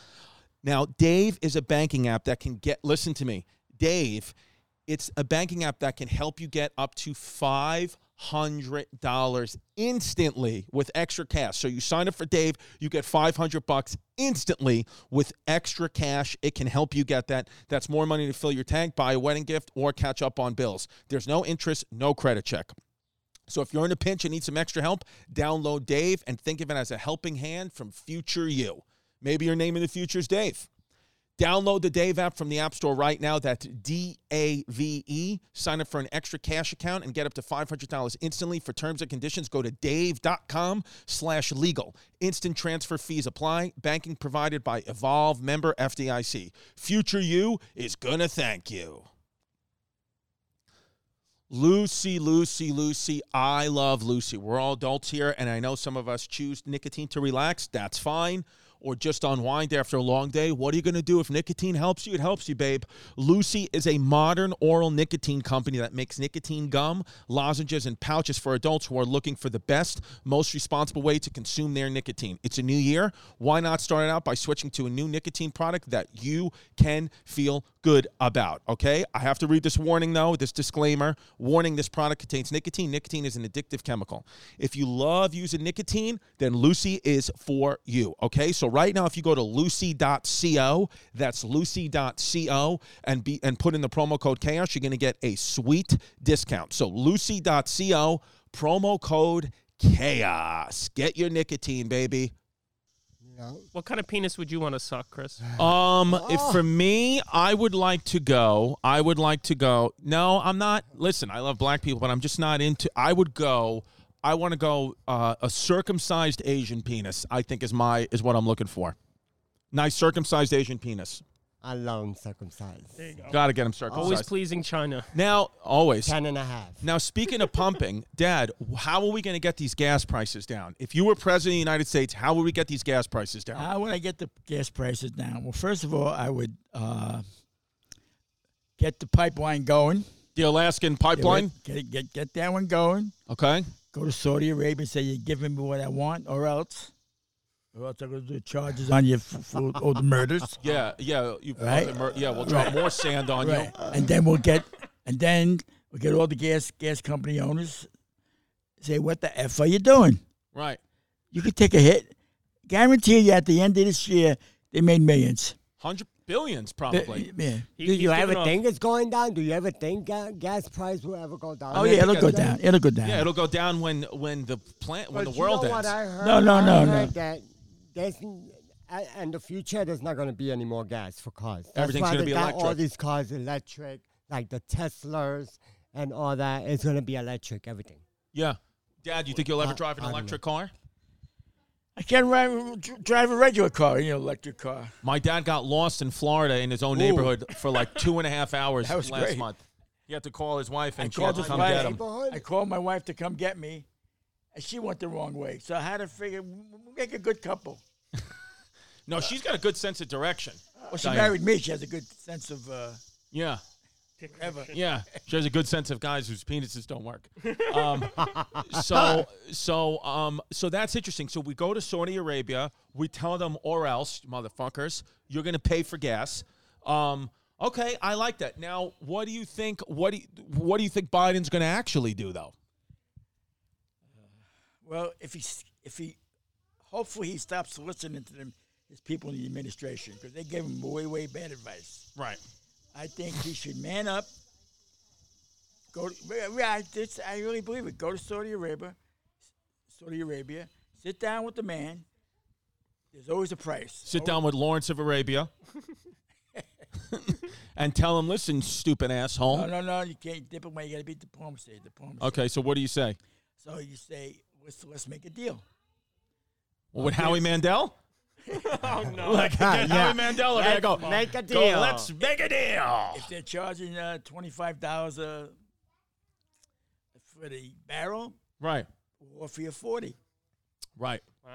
S1: Now, Dave is a banking app that can get, listen to me, Dave, it's a banking app that can help you get up to $500 instantly with extra cash. So you sign up for Dave, you get 500 bucks instantly with extra cash. It can help you get that. That's more money to fill your tank, buy a wedding gift, or catch up on bills. There's no interest, no credit check. So if you're in a pinch and need some extra help, download Dave and think of it as a helping hand from future you. Maybe your name in the future is Dave. Download the Dave app from the App Store right now. That's D A V E. Sign up for an extra cash account and get up to $500 instantly. For terms and conditions, go to dave.com slash legal. Instant transfer fees apply. Banking provided by Evolve member FDIC. Future you is going to thank you. Lucy, Lucy, Lucy, I love Lucy. We're all adults here, and I know some of us choose nicotine to relax. That's fine. Or just unwind after a long day. What are you going to do if nicotine helps you? It helps you, babe. Lucy is a modern oral nicotine company that makes nicotine gum, lozenges, and pouches for adults who are looking for the best, most responsible way to consume their nicotine. It's a new year. Why not start it out by switching to a new nicotine product that you can feel good about? Okay. I have to read this warning, though, this disclaimer. Warning this product contains nicotine. Nicotine is an addictive chemical. If you love using nicotine, then Lucy is for you. Okay. So right now, if you go to lucy.co, that's lucy.co, and be and put in the promo code chaos, you're going to get a sweet discount. So lucy.co, promo code chaos. Get your nicotine, baby.
S2: You know?
S3: What kind of penis would you want to suck, Chris?
S1: Um, if for me, I would like to go. I would like to go. No, I'm not. Listen, I love black people, but I'm just not into. I would go. I want to go. Uh, a circumcised Asian penis. I think is my is what I'm looking for. Nice circumcised Asian penis.
S2: I love him circumcised.
S1: Got to get him
S3: Oh. Always
S1: circumcised.
S3: pleasing China.
S1: now, always.
S2: Ten and a half.
S1: Now, speaking of pumping, Dad, how are we going to get these gas prices down? If you were president of the United States, how would we get these gas prices down?
S4: How would I get the gas prices down? Well, first of all, I would uh, get the pipeline going.
S1: The Alaskan pipeline.
S4: Get, it- get get that one going.
S1: Okay.
S4: Go to Saudi Arabia and say you're giving me what I want, or else, or else I'm going to do charges on you for, for all the murders.
S1: Yeah, yeah, you,
S4: Right?
S1: uh, mer- yeah. We'll drop more sand on
S4: Right. And then we'll get and then we'll get all the gas gas company owners say, What the F are you doing?
S1: you. Right.
S4: You could take a hit. Guarantee you at the end of this year they made millions.
S1: Hundred Billions, probably.
S4: yeah.
S3: He-
S2: Do
S3: he's
S2: you
S3: giving
S2: ever
S3: off-
S2: think it's going down? Do you ever think ga- gas price will ever go down?
S4: Oh yeah, it'll go
S2: Because-
S4: down. It'll go down.
S1: Yeah, it'll go down when when the plant when
S2: But
S1: the world
S2: you know
S1: ends.
S2: What I heard?
S4: No, no,
S2: I
S4: no, no.
S2: heard That there's, n- a- and the future there's not going to be any more gas for cars. That's
S1: Everything's
S2: why
S1: gonna
S2: they
S1: be
S2: got All
S1: electric.
S2: these cars electric, like the Teslas and all that. It's going to be electric. Everything.
S1: Yeah. Dad, you think you'll ever
S2: I-
S1: drive
S2: I
S1: an
S2: don't know.
S1: electric car?
S4: I can't ride, dr- drive a regular car, you know, electric car.
S1: My dad got lost in Florida in his own neighborhood for like two and a half hours
S4: That was
S1: last
S4: great.
S1: month. He had to call his wife
S4: I
S1: and she had
S4: called
S1: to
S4: his
S1: come
S4: wife.
S1: get him.
S2: Neighborhood?
S4: I called my wife to come get me, and she went the wrong way. So I had to figure we'll make a good couple.
S1: No, she's got a good sense of direction.
S4: Well, she
S1: Diane.
S4: married me. She has a good sense of uh,
S1: Yeah.
S4: ever.
S1: Yeah, she has a good sense of guys whose penises don't work. Um, so, so, um, so that's interesting. So we go to Saudi Arabia. We tell them, or else, motherfuckers, you're going to pay for gas. Um, okay, I like that. Now, what do you think? What do you, what do you think Biden's going to actually do, though?
S4: Well, if he s- if he, hopefully he stops listening to them, his people in the administration because they gave him way way bad advice.
S1: Right.
S4: I think he should man up. Go. To, yeah, yeah, I, this, I really believe it. Go to Saudi Arabia, Saudi Arabia. Sit down with the man. There's always a price.
S1: Sit down with Lawrence of Arabia and tell him, listen, stupid asshole.
S4: No, no, no. You can't dip away. You got to be diplomacy. Diplomacy.
S1: Okay, so what do you say?
S4: So you say, let's let's make a deal.
S1: With
S4: Uh,
S1: Howie Mandel?
S3: Oh no!
S1: Like,
S2: Ah,
S1: get Howie Mandel over there. Go,
S2: Uh, Make
S1: go,
S2: a deal.
S1: let's make a deal.
S4: If they're charging uh, twenty five dollars uh, for the barrel,
S1: Right,
S4: or for your forty.
S1: right.
S3: wow.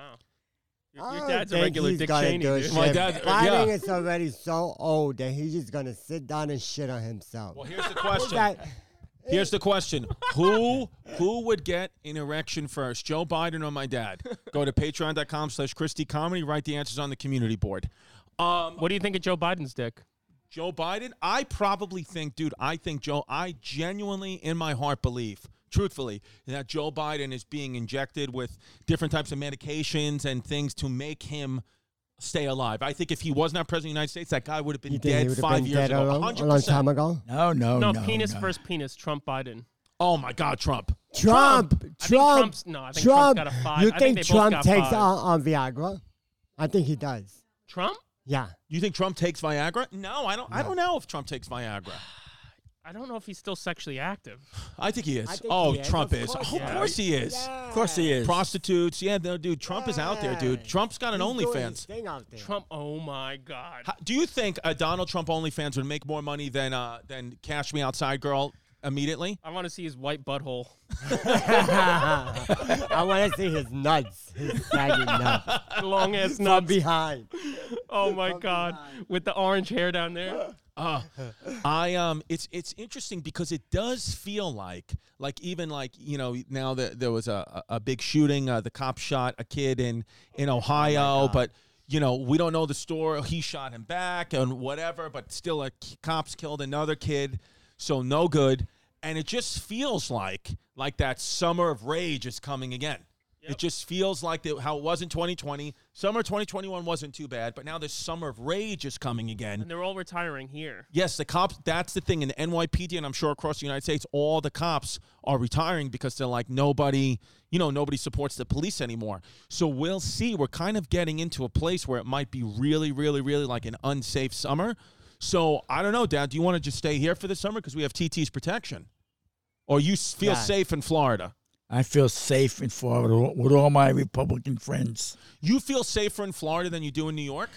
S3: Your,
S2: I
S3: your
S2: don't
S3: dad's a
S2: think
S3: regular
S2: he's
S3: Dick
S2: gonna
S3: Cheney.
S2: do
S3: Dude.
S2: shit.
S1: My dad- uh,
S2: Biden
S1: yeah.
S2: is already so old that he's just gonna sit down and shit on himself.
S1: Well, here's the
S2: Who's
S1: question.
S2: that?
S1: Here's the question. Who who would get an erection first, Joe Biden or my dad? Go to patreon.com slash Christie Comedy. Write the answers on the community board. Um,
S3: What do you think of Joe Biden's dick?
S1: Joe Biden, I probably think, dude, I think Joe, I genuinely in my heart believe, truthfully, that Joe Biden is being injected with different types of medications and things to make him stay alive. I think if he was not president of the United States, that guy would have been
S2: You think he
S1: dead
S2: would've
S1: five
S2: been
S1: years
S2: dead a
S1: ago.
S2: long, a
S1: 100%.
S2: long time ago?
S4: No, no,
S3: No,
S4: Oh, no.
S3: penis
S4: no.
S3: first penis. Trump Biden.
S1: Oh my God, Trump.
S2: Trump, Trump,
S3: I think Trump's- no, I think Trump's got a five.
S2: You
S3: I think
S2: think,
S3: they both
S2: Trump
S3: got
S2: takes
S3: five.
S2: on, on Viagra? I think he does.
S3: Trump?
S2: Yeah.
S1: You think Trump takes Viagra? No, I don't. I don't know if Trump takes Viagra.
S3: I don't know if he's still sexually active.
S1: I think he is.
S2: I think
S1: oh,
S2: he is.
S1: Trump
S2: Of
S1: is.
S2: course
S1: Oh,
S2: he
S1: of
S3: is.
S1: course he is.
S4: Of course he is.
S1: Prostitutes. Yeah, no, dude. Trump is out there, dude.
S2: Yeah.
S1: Trump's got an
S2: He's doing
S1: OnlyFans.
S2: his thing out there.
S3: Trump. Oh my God.
S1: How- Do you think a Donald Trump OnlyFans would make more money than uh, than Cash Me Outside Girl immediately?
S3: I want to see his white butthole.
S2: I want to see his nuts, his saggy nuts
S3: Long ass
S2: from
S3: nubby.
S2: behind.
S3: Oh my God. With the orange hair down there.
S1: I um, it's it's interesting because it does feel like like even like you know now that there was a a a big shooting, uh, the cop shot a kid in in Ohio, but you know we don't know the story. He shot him back and whatever, but still, a k- cops killed another kid, so no good. And it just feels like like that summer of rage is coming again. It just feels like that how it was in 2020. Summer 2021 wasn't too bad, but now this summer of rage is coming again.
S3: And they're all retiring here.
S1: Yes, the cops. That's the thing in the NYPD, and I'm sure across the United States, all the cops are retiring because they're like nobody, you know, nobody supports the police anymore. So we'll see. We're kind of getting into a place where it might be really, really, really like an unsafe summer. So I don't know, Dad. Do you want to just stay here for the summer because we have TT's protection, or you s- feel
S2: Yeah.
S1: safe in Florida?
S4: I feel safe in Florida with all my Republican friends.
S1: You feel safer in Florida than you do in New York.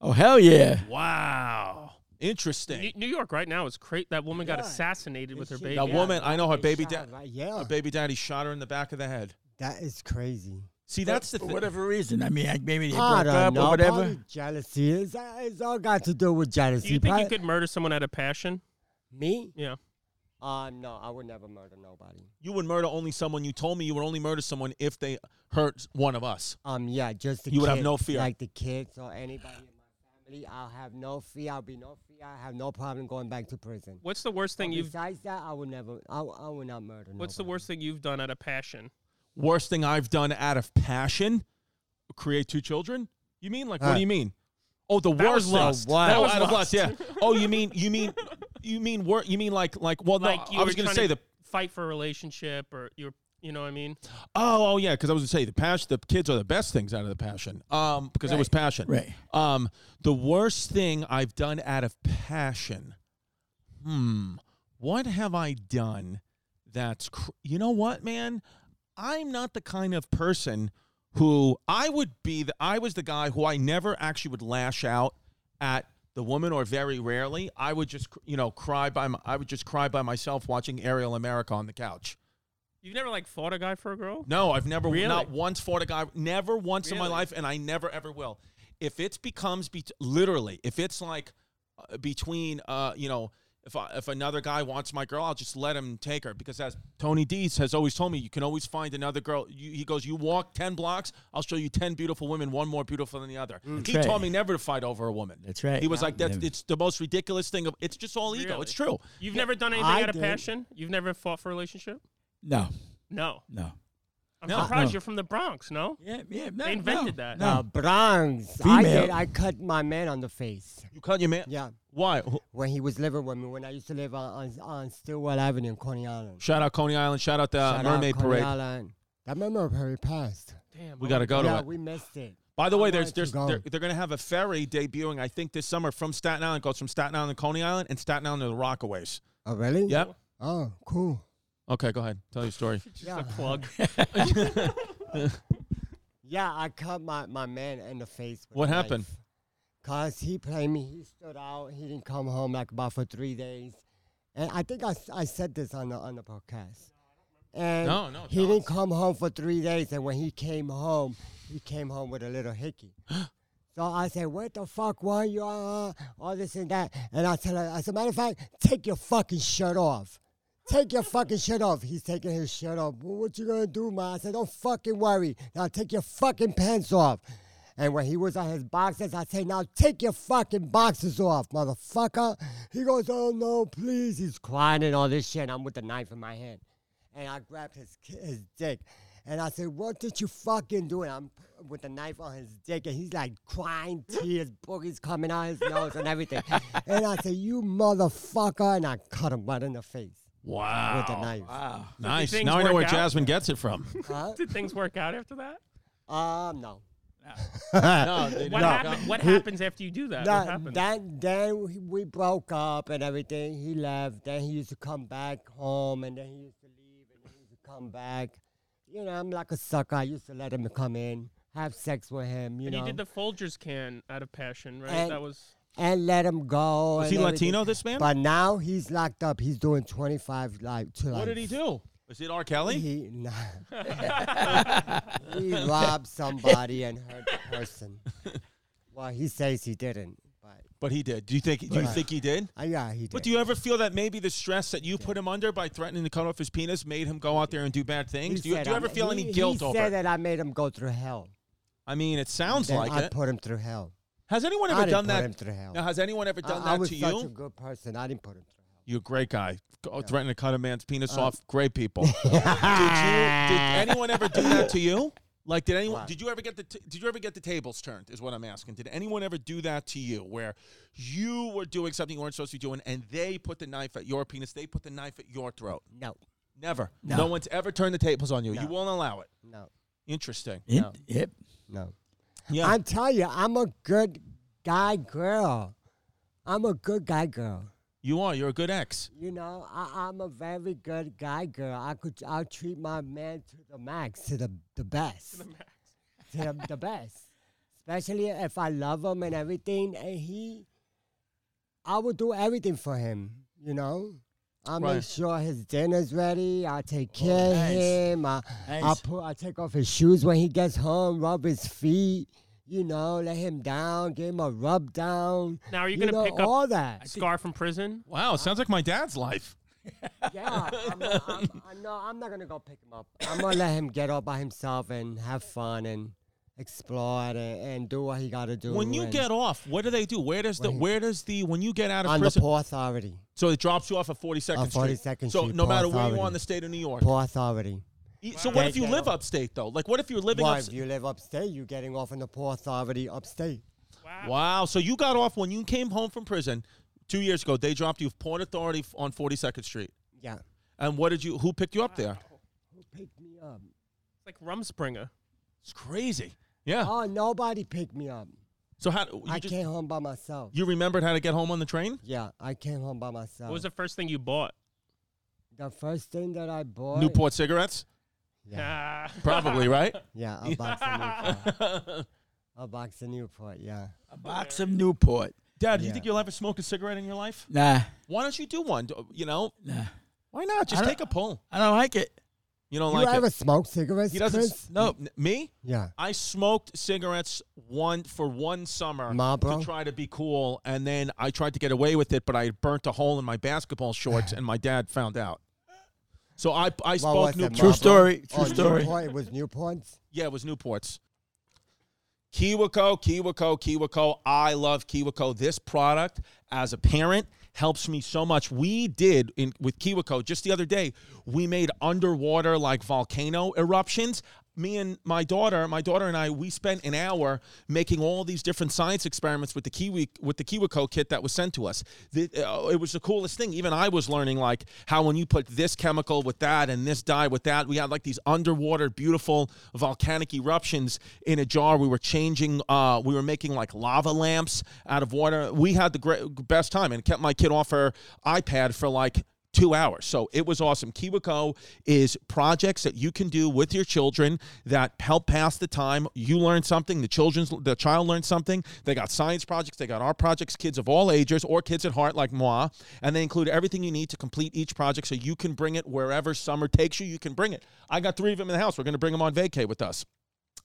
S4: Oh hell yeah!
S1: Wow, interesting.
S3: New, New York right now is crazy. That woman got assassinated with her baby.
S1: that woman, I know her baby dad,
S2: shot right- yeah.
S1: her baby daddy shot her in the back of the head.
S2: That is crazy.
S1: See, that's the
S4: for
S1: thing.
S4: whatever reason. I mean, I, maybe they
S2: I
S4: broke
S2: don't
S4: up
S2: know.
S4: or whatever.
S2: probably Jealousy. It's, it's all got to do with jealousy.
S3: Do you think
S2: Probably-
S3: you could murder someone out of passion?
S2: Me?
S3: Yeah.
S2: Uh, no, I would never murder nobody.
S1: you would murder only someone you told me you would only murder someone if they hurt one of us.
S2: Um, yeah, just the
S1: You would have
S2: kids,
S1: no fear.
S2: like the kids or anybody in my family. I'll have no fear. I'll be no fear. I have no problem going back to prison.
S3: What's the worst thing
S2: But
S3: you've
S2: Besides that, I would never. I, w- I would not murder.
S3: What's the
S2: nobody.
S3: worst thing you've done out of passion?
S1: Worst thing I've done out of passion, create two children? You mean like what
S2: Huh.
S1: do you mean? Oh, the
S3: That
S1: worst
S3: was lust.
S1: thing.
S3: That
S1: oh,
S3: was
S1: out of lust.
S3: lust.
S1: Yeah. Oh, you mean you mean you mean wor- you mean like like well no,
S3: Like you
S1: I
S3: were
S1: was gonna
S3: trying
S1: say
S3: to
S1: the
S3: fight for a relationship or you're you know what I mean?
S1: oh oh yeah because I was gonna say the passion the kids are the best things out of the passion um because it was passion
S4: Right.
S1: um the worst thing I've done out of passion hmm what have I done that's cr- you know what man I'm not the kind of person who I would be the I was the guy who I never actually would lash out at the woman or very rarely I would just you know cry by my, I would just cry by myself watching Ariel America on the couch.
S3: You've never like fought a guy for a girl?
S1: No, I've never
S3: Really?
S1: not once fought a guy never once in my
S3: Really?
S1: life and I never ever will. If it becomes bet literally if it's like uh, between uh you know if, I, if another guy wants my girl, I'll just let him take her because as Tony Dees has always told me, you can always find another girl. You, he goes, you walk ten blocks, I'll show you ten beautiful women, one more beautiful than the other.
S3: Mm.
S1: he
S4: right.
S1: told me never to fight over a woman.
S4: That's right.
S1: He was like, that's
S4: Never.
S1: it's the most ridiculous thing. Of it's just all ego.
S3: Really?
S1: It's true.
S3: You've never done anything
S2: I
S3: out of
S2: did.
S3: passion? You've never fought for a relationship?
S4: No,
S3: No.
S4: no.
S3: I'm
S1: No.
S3: surprised
S4: No.
S3: you're from the Bronx, no?
S4: Yeah, yeah. No,
S3: They invented
S4: no,
S3: that.
S4: No.
S2: Now, Bronx. I
S4: Female.
S2: did. I cut my man on the face.
S1: You cut your man.
S2: Yeah,
S1: Why? Who-
S2: when he was living with me, when I used to live on, on, on Stillwell Avenue in Coney Island.
S1: Shout out Coney Island. Shout out the uh,
S2: Shout out
S1: Mermaid
S2: Coney
S1: Parade.
S2: Island. That Mermaid Parade passed.
S3: Damn.
S1: We got to go to
S2: yeah,
S1: it.
S2: we missed it.
S1: By the way,
S2: I'm
S1: there's
S2: glad
S1: there's
S2: you're
S1: they're,
S2: going.
S1: they're going to have a ferry debuting I think this summer from Staten Island. Goes from Staten Island to Coney Island and Staten Island to the Rockaways.
S2: Oh, really?
S1: Yep.
S2: Oh, cool.
S1: Okay, go ahead. Tell your story.
S3: Just
S2: Yeah.
S3: a plug.
S2: Yeah, I cut my, my man in the face. With
S1: What
S2: a
S1: happened?
S2: knife. Cause he played me. He stood out. He didn't come home like about for three days, and I think I, s- I said this on the on the podcast. And
S1: No, no,
S2: he
S1: tell
S2: didn't
S1: us.
S2: come home for three days. And when he came home, he came home with a little hickey. so I said, "What the fuck? Why you uh, all this and that?" And I tell her, as a matter of fact, take your fucking shirt off. Take your fucking shirt off. He's taking his shirt off. Well, what you gonna do, man? I said, don't fucking worry. Now take your fucking pants off. And when he was on his boxers, I say, now take your fucking boxers off, motherfucker. He goes, oh no, please. He's crying and all this shit. And I'm with the knife in my hand. And I grabbed his ki- his dick. And I said, what did you fucking do? And I'm with the knife on his dick. And he's like crying, tears, boogies coming out his nose and everything. and I said, you motherfucker. And I cut him right in the face
S1: Wow.
S2: with a knife.
S4: Wow.
S1: Nice.
S3: things
S1: Now I know where
S3: work out?
S1: Jasmine gets it from.
S2: Huh?
S3: Did things work out after that?
S2: um, no.
S1: no, they
S3: What,
S1: no.
S3: happened, what happens after you do that? what
S2: That,
S3: happens?
S2: that then we- we broke up and everything. He left. Then he used to come back home, and then he used to leave, and then he used to come back. You know, I'm like a sucker. I used to let him come in, have sex with him, you
S3: and
S2: know,
S3: you did the Folgers can out of passion, right?
S2: And-
S3: that was
S2: and let him go.
S1: Was
S2: and
S1: he
S2: everything.
S1: Latino? This man.
S2: But now he's locked up. He's doing 25 life to life.
S1: What did he do? Was it R. Kelly?
S2: He, nah. he robbed somebody and hurt the person. Well, he says he didn't, but
S1: But he did. Do you think? Do you
S2: Right.
S1: think he did?
S2: uh, yeah, he did.
S1: But do you ever feel that maybe the stress that you put him under by threatening to cut off his penis made him go out there and do bad things?
S2: He
S1: Do you,
S2: said
S1: do you
S2: I
S1: ever
S2: ma-
S1: feel
S2: he-
S1: any guilt
S2: he
S1: over?
S2: said
S1: it?
S2: that I made him go through hell.
S1: I mean, it sounds
S2: That
S1: like
S2: I
S1: it.
S2: put him through hell.
S1: Has anyone
S2: I
S1: ever
S2: didn't
S1: done
S2: put
S1: that?
S2: him through hell.
S1: Now, has anyone ever
S2: I-
S1: done
S2: I,
S1: that
S2: was
S1: to you?
S2: such a good person. I didn't put him through hell.
S1: You're a great guy. Go- Threatening to cut a man's penis off. Great people. did you? Did anyone ever do that to you? Like, did anyone? Did you ever get the? T- did you ever get the tables turned? Is what I'm asking. Did anyone ever do that to you, where you were doing something you weren't supposed to be doing, and they put the knife at your penis? They put the knife at your throat.
S2: No,
S1: Never. No, one's ever turned the tables on you. You won't allow it.
S2: no,
S1: Interesting.
S4: It, Yep.
S2: no.
S1: Yeah.
S2: I'm telling you, I'm a good guy girl. I'm a good guy girl.
S1: you are. You're a good ex.
S2: You know, I, I'm a very good guy girl. I could, I'll treat my man to the max, to the the best, to the max, to the, the best. Especially if I love him and everything, and he, I will do everything for him. You know, I
S1: Right.
S2: make sure his dinner's ready. I take care
S4: nice.
S2: of him. I, I
S4: Nice.
S2: put, I take off his shoes when he gets home. Rub his feet. You know, let him down, give him a rub down.
S3: Now, are you
S2: know,
S3: gonna pick up-
S2: all that?
S3: Scar from prison.
S1: Wow. it sounds like my dad's life.
S2: Yeah, I'm, I'm, I'm, no, I'm not gonna go pick him up. I'm gonna let him get up by himself and have fun and explore and, and do what he gotta do.
S1: When you
S2: and-
S1: get off, what do they do? Where does the?
S2: Wait.
S1: Where does the? When you get out of
S2: on the
S1: prison?
S2: Port Authority,
S1: So it drops you off at 42nd
S2: On
S1: Street.
S2: 42nd
S1: so
S2: Street,
S1: no
S2: Paul
S1: matter where you
S2: Authority.
S1: are in the state of New York.
S2: Port Authority.
S1: E- So what
S2: Wow.
S1: if you live upstate though? Like what if you're living
S2: Why,
S1: up?
S2: if you live upstate, you're getting off on the Port Authority upstate.
S3: Wow.
S1: Wow. So you got off when you came home from prison two years ago. They dropped you of Port Authority f- on 42nd Street.
S2: Yeah.
S1: And what did you? Who picked you up there?
S2: Who picked me up?
S3: It's like Rumspringer.
S1: It's crazy. Yeah.
S2: Oh, nobody picked me up.
S1: So how Ah. you
S2: I
S1: just
S2: came home by myself.
S1: you remembered how to get home on the train?
S2: Yeah, I came home by myself.
S3: What was the first thing you bought?
S2: the first thing that I bought?
S1: Newport cigarettes,
S2: Yeah,
S3: Ah.
S1: probably right.
S2: yeah, a box of Newport. A box of Newport. Yeah.
S4: A box of Newport.
S1: Dad, do you
S2: Yeah.
S1: think you'll ever smoke a cigarette in your life?
S4: Nah,
S1: Why don't you do one? Do- You know,
S4: nah.
S1: why not? Just
S4: don't-
S1: take a pull.
S4: I don't like it.
S1: You don't
S2: You
S1: like
S2: ever
S1: it.
S2: smoke cigarettes?
S1: He doesn't.
S2: Chris?
S1: s- No, n- me.
S2: Yeah.
S1: I smoked cigarettes one for one summer
S2: Marlboro?
S1: to try to be cool, and then I tried to get away with it, but I burnt a hole in my basketball shorts, and my dad found out. So I I
S2: What
S1: spoke
S2: was it,
S1: Newport.
S4: True
S2: Marlboro?
S4: story, true
S2: Oh,
S4: story.
S2: Newport, it was Newport's.
S1: Yeah, it was Newport's. Kiwico, Kiwico, Kiwico. I love Kiwico. This product, as a parent, helps me so much. We did in with Kiwico just the other day. We made underwater like volcano eruptions. Me and my daughter, my daughter and I, we spent an hour making all these different science experiments with the Kiwi with the Kiwico kit that was sent to us. The- uh, it was the coolest thing. Even I was learning like how when you put this chemical with that and this dye with that, we had like these underwater beautiful volcanic eruptions in a jar. We were changing, uh, we were making like lava lamps out of water. We had the great, best time and kept my kid off her iPad for like two hours. So it was awesome. Kiwico is projects that you can do with your children that help pass the time. You learn something, the children's the child learns something. They got science projects, they got art projects, kids of all ages or kids at heart like moi, and they include everything you need to complete each project so you can bring it wherever summer takes you, you can bring it. I got 3 of them in the house. We're going to bring them on vacay with us.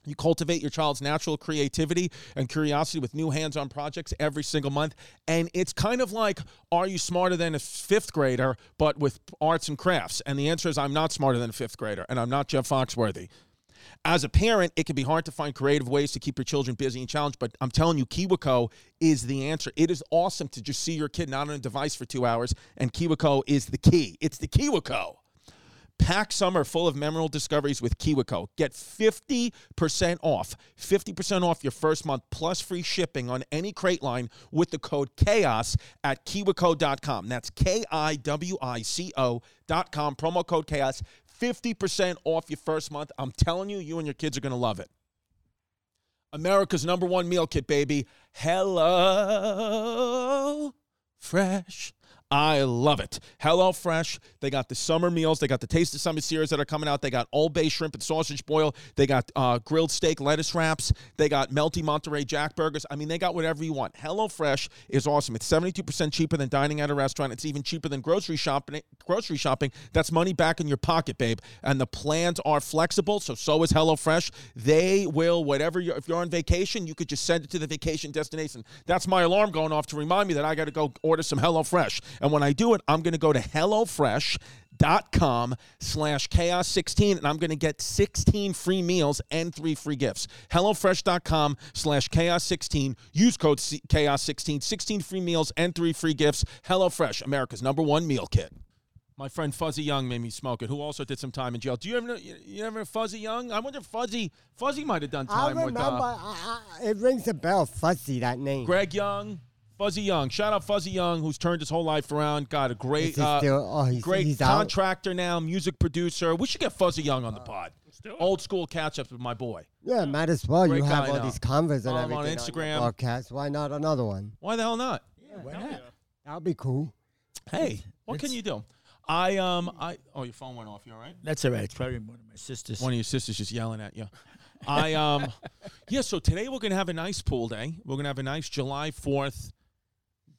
S1: You cultivate your child's natural creativity and curiosity with new hands on projects every single month. And it's kind of like, are you smarter than a fifth grader, but with arts and crafts? And the answer is, I'm not smarter than a fifth grader, and I'm not Jeff Foxworthy. As a parent, it can be hard to find creative ways to keep your children busy and challenged, but I'm telling you, Kiwico is the answer. It is awesome to just see your kid not on a device for two hours, and Kiwico is the key. It's the Kiwico. Pack summer full of memorable discoveries with Kiwico. Get 50% off, 50% off your first month plus free shipping on any crate line with the code chaos at kiwico.com. That's K I W I C O.com, promo code chaos. 50% off your first month. I'm telling you, you and your kids are going to love it. America's number one meal kit, baby. Hello Fresh. I love it. Hello Fresh. They got the summer meals. They got the Taste of Summer series that are coming out. They got all bay shrimp and sausage boil. They got uh, grilled steak lettuce wraps. They got melty Monterey Jack burgers. I mean, they got whatever you want. Hello Fresh is awesome. It's 72% cheaper than dining at a restaurant. It's even cheaper than grocery shopping. Grocery shopping. That's money back in your pocket, babe. And the plans are flexible. So so is HelloFresh. They will whatever you if you're on vacation, you could just send it to the vacation destination. That's my alarm going off to remind me that I got to go order some HelloFresh. And when I do it, I'm going to go to hellofresh.com slash chaos 16 and I'm going to get 16 free meals and three free gifts. HelloFresh.com slash chaos 16. Use code C- chaos 16. 16 free meals and three free gifts. HelloFresh, America's number one meal kit. My friend Fuzzy Young made me smoke it, who also did some time in jail. Do you ever know, you, you ever know Fuzzy Young? I wonder if Fuzzy Fuzzy might have done
S2: I
S1: time
S2: remember.
S1: with uh,
S2: I, I, it rings a bell. Fuzzy, that name.
S1: Greg Young. Fuzzy Young, shout out Fuzzy Young, who's turned his whole life around. Got a
S2: Is
S1: great,
S2: he
S1: uh,
S2: still- oh, he's-
S1: great
S2: he's out?
S1: contractor now, music producer. We should get Fuzzy Young on the pod.
S3: do it.
S1: Old school catch ups with my boy.
S2: Yeah, might as well.
S1: Great
S2: you have
S1: guy
S2: all
S1: now.
S2: these convers and
S1: Follow him on
S2: everything
S1: Instagram.
S2: your podcast. Why not another one?
S1: Why the hell not?
S4: Why not?
S2: That would be cool.
S1: Hey, what can you do? I um, I oh, your phone went off. You all right?
S4: That's all right. It's probably one of my sisters.
S1: One of your sisters just yelling at you. I um, yeah. So today we're gonna have a nice pool day. We're gonna have a nice July Fourth,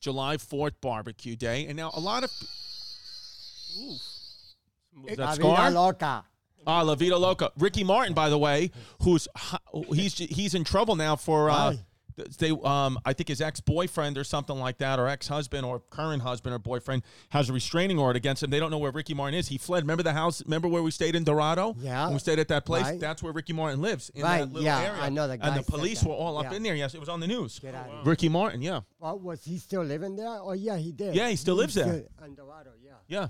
S1: July Fourth barbecue day. And now a lot of
S3: Is
S1: that
S2: La vida
S1: Scar?
S2: loca.
S1: ah La Vida Loca. Ricky Martin, by the way, who's hi- he's he's in trouble now for uh,
S2: Why?
S1: th- they um I think his ex boyfriend or something like that, or ex husband or current husband or boyfriend has a restraining order against him. They don't know where Ricky Martin is. He fled. Remember the house? Remember where we stayed in Dorado?
S2: Yeah.
S1: When we stayed at that place.
S2: Right.
S1: That's where Ricky Martin lives in
S2: Right,
S1: that little
S2: yeah,
S1: area.
S2: I know the
S1: And
S2: guy
S1: the
S2: said
S1: police
S2: that.
S1: were all up
S2: Yeah.
S1: in there. Yes, it was on the news.
S2: Get out of here.
S1: Ricky Martin. Yeah.
S2: Well, was he still living there? Oh, yeah, he did.
S1: Yeah, he still lives there.
S2: In Dorado, yeah.
S1: Yeah.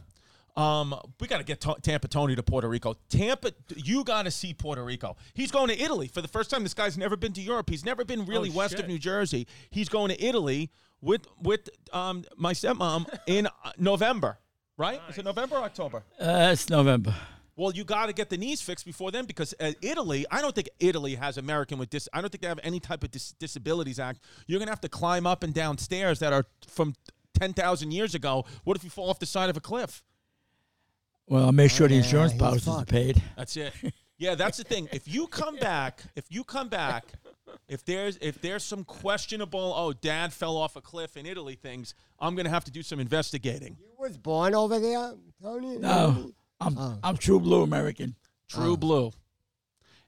S1: Um, we got to get Ta- Tampa Tony to Puerto Rico. Tampa, you got to see Puerto Rico. He's going to Italy for the first time. This guy's never been to Europe. He's never been really
S3: Oh,
S1: west of
S3: shit.
S1: New Jersey. He's going to Italy with with um, my stepmom in uh, November. Right? Is it November or October?
S4: Uh, it's November.
S1: Well, you got to get the knees fixed before then because uh, Italy, I don't think Italy has American with dis. I don't think they have any type of dis- disabilities act. You're gonna have to climb up and down stairs that are from ten thousand years ago. What if you fall off the side of a cliff?
S4: Well, I'll make sure the
S2: yeah,
S4: insurance
S2: he's
S4: policies are
S2: fucked.
S4: paid.
S1: That's it. Yeah, that's the thing. If you come back, if you come back, if there's if there's some questionable, oh, dad fell off a cliff in Italy things, I'm gonna have to do some investigating.
S2: You was born over there, Tony?
S4: No, I'm I'm true blue American.
S1: True blue,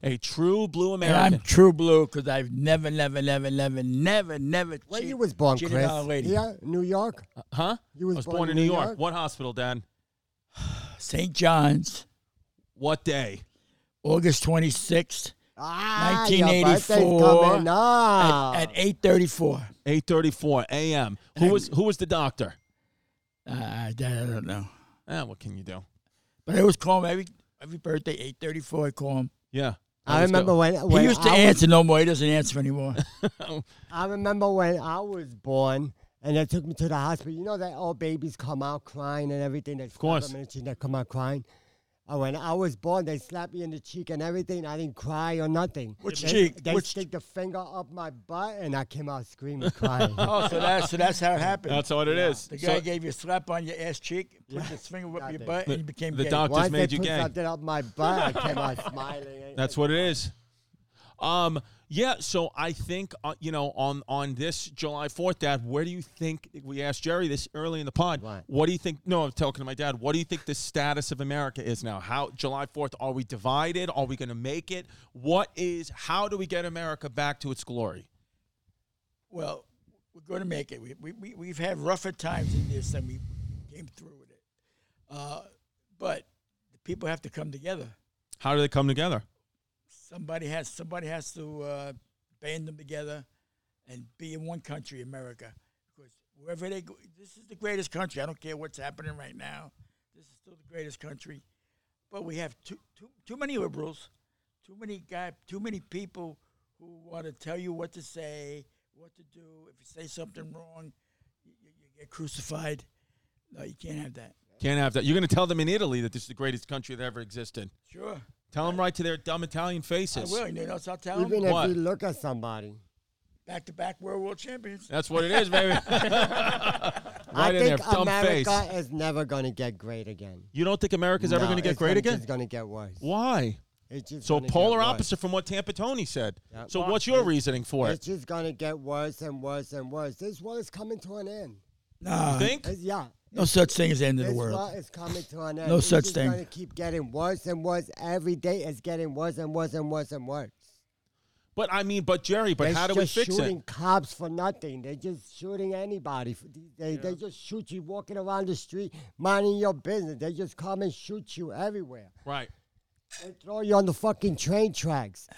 S1: a true blue
S4: And
S1: American.
S4: I'm true blue because I've never, never, never, never, never, never.
S2: Where
S4: cheat-
S2: you was born,
S4: cheated
S2: Chris?
S4: on a lady.
S2: Yeah, New York.
S1: Uh, huh?
S2: You was
S1: I was
S2: born
S1: born
S2: in
S1: in New
S2: New
S1: York.
S2: York?
S1: What hospital, Dad?
S4: St. John's,
S1: What day?
S4: August 26th
S2: Ah, your
S4: 1984
S2: birthday's coming up.
S4: at, at 8:34.
S1: 8:34 a.m. Who was who was the doctor?
S4: Uh, I I don't know,
S1: Ah, what can you do?
S4: but I always call him every every birthday 8:34. I call him.
S1: Yeah.
S2: I remember when, when
S4: he used to
S2: I,
S4: answer no more. He doesn't answer anymore.
S2: I remember when I was born, and they took me to the hospital. You know that all babies come out crying and everything. They of
S1: course.
S2: them in the cheek, they come out crying. And when I was born, they slapped me in the cheek and everything. I didn't cry or nothing.
S4: Which
S2: they,
S4: cheek?
S2: They
S4: Which-
S2: stick the finger up my butt, and I came out screaming, crying.
S4: oh, so that's so that's how it happened.
S1: That's what it is.
S4: the
S1: So
S4: guy gave you a slap on your ass cheek, put his finger up your
S2: Goddamn.
S4: butt, and you became
S1: the
S4: gay.
S1: doc-
S2: Once
S1: made
S2: they
S1: you
S2: put
S1: gay.
S2: something up my butt, I came out smiling.
S1: that's what it is. Um yeah, so I think uh, you know on on this July 4th dad, where do you think we asked Jerry this early in the pod?
S2: Right.
S1: What do you think No, I'm talking to my dad. What do you think the status of America is now? How July 4th are we divided? Are we going to make it? What is how do we get America back to its glory?
S4: Well, we're going to make it. We, we, we, we've had rougher times in this than we came through with it. Uh, but the people have to come together.
S1: How do they come together?
S4: Somebody has somebody has to uh, band them together and be in one country, America. Because wherever they go, this is the greatest country. I don't care what's happening right now. This is still the greatest country. But we have too, too, too many liberals, too many guy, too many people who want to tell you what to say, what to do. If you say something wrong, you, you you get crucified. No, you can't have that.
S1: Can't have that. You're going to tell them in Italy that this is the greatest country that ever existed.
S4: Sure,
S1: Tell them right to their dumb Italian
S4: I
S1: faces.
S4: will. You know, what else I'll tell them.
S2: Even if
S1: What?
S2: you look at somebody.
S4: Back-to-back World War Champions.
S1: That's what it is, baby. right
S2: I
S1: in their
S2: think
S1: dumb
S2: America
S1: face.
S2: is never going to get great again.
S1: You don't think America's ever
S2: No,
S1: going to get
S2: it's
S1: great
S2: gonna-
S1: again?
S2: It's going to get worse.
S1: Why?
S2: It's just
S1: So
S2: gonna get
S1: polar
S2: worse.
S1: opposite from what Tampa Tony said.
S2: Yeah.
S1: So what's your reasoning for
S2: It's
S1: it?
S2: just gonna get worse and worse and worse. This world is coming to an end.
S4: No,
S1: Think?
S2: It's- yeah,
S4: no such thing as the end of
S2: this
S4: the world.
S2: world is coming to an end.
S4: No
S2: it's
S4: such
S2: just
S4: thing.
S2: gonna keep getting worse and worse every day. It's getting worse and worse and worse and worse.
S1: But I mean, but Jerry, but
S2: They're
S1: how do we
S2: just
S1: fix
S2: shooting
S1: it?
S2: cops for nothing. They're just shooting anybody. for- They, they just shoot you walking around the street, minding your business. They just come and shoot you everywhere.
S1: Right.
S2: They throw you on the fucking train tracks,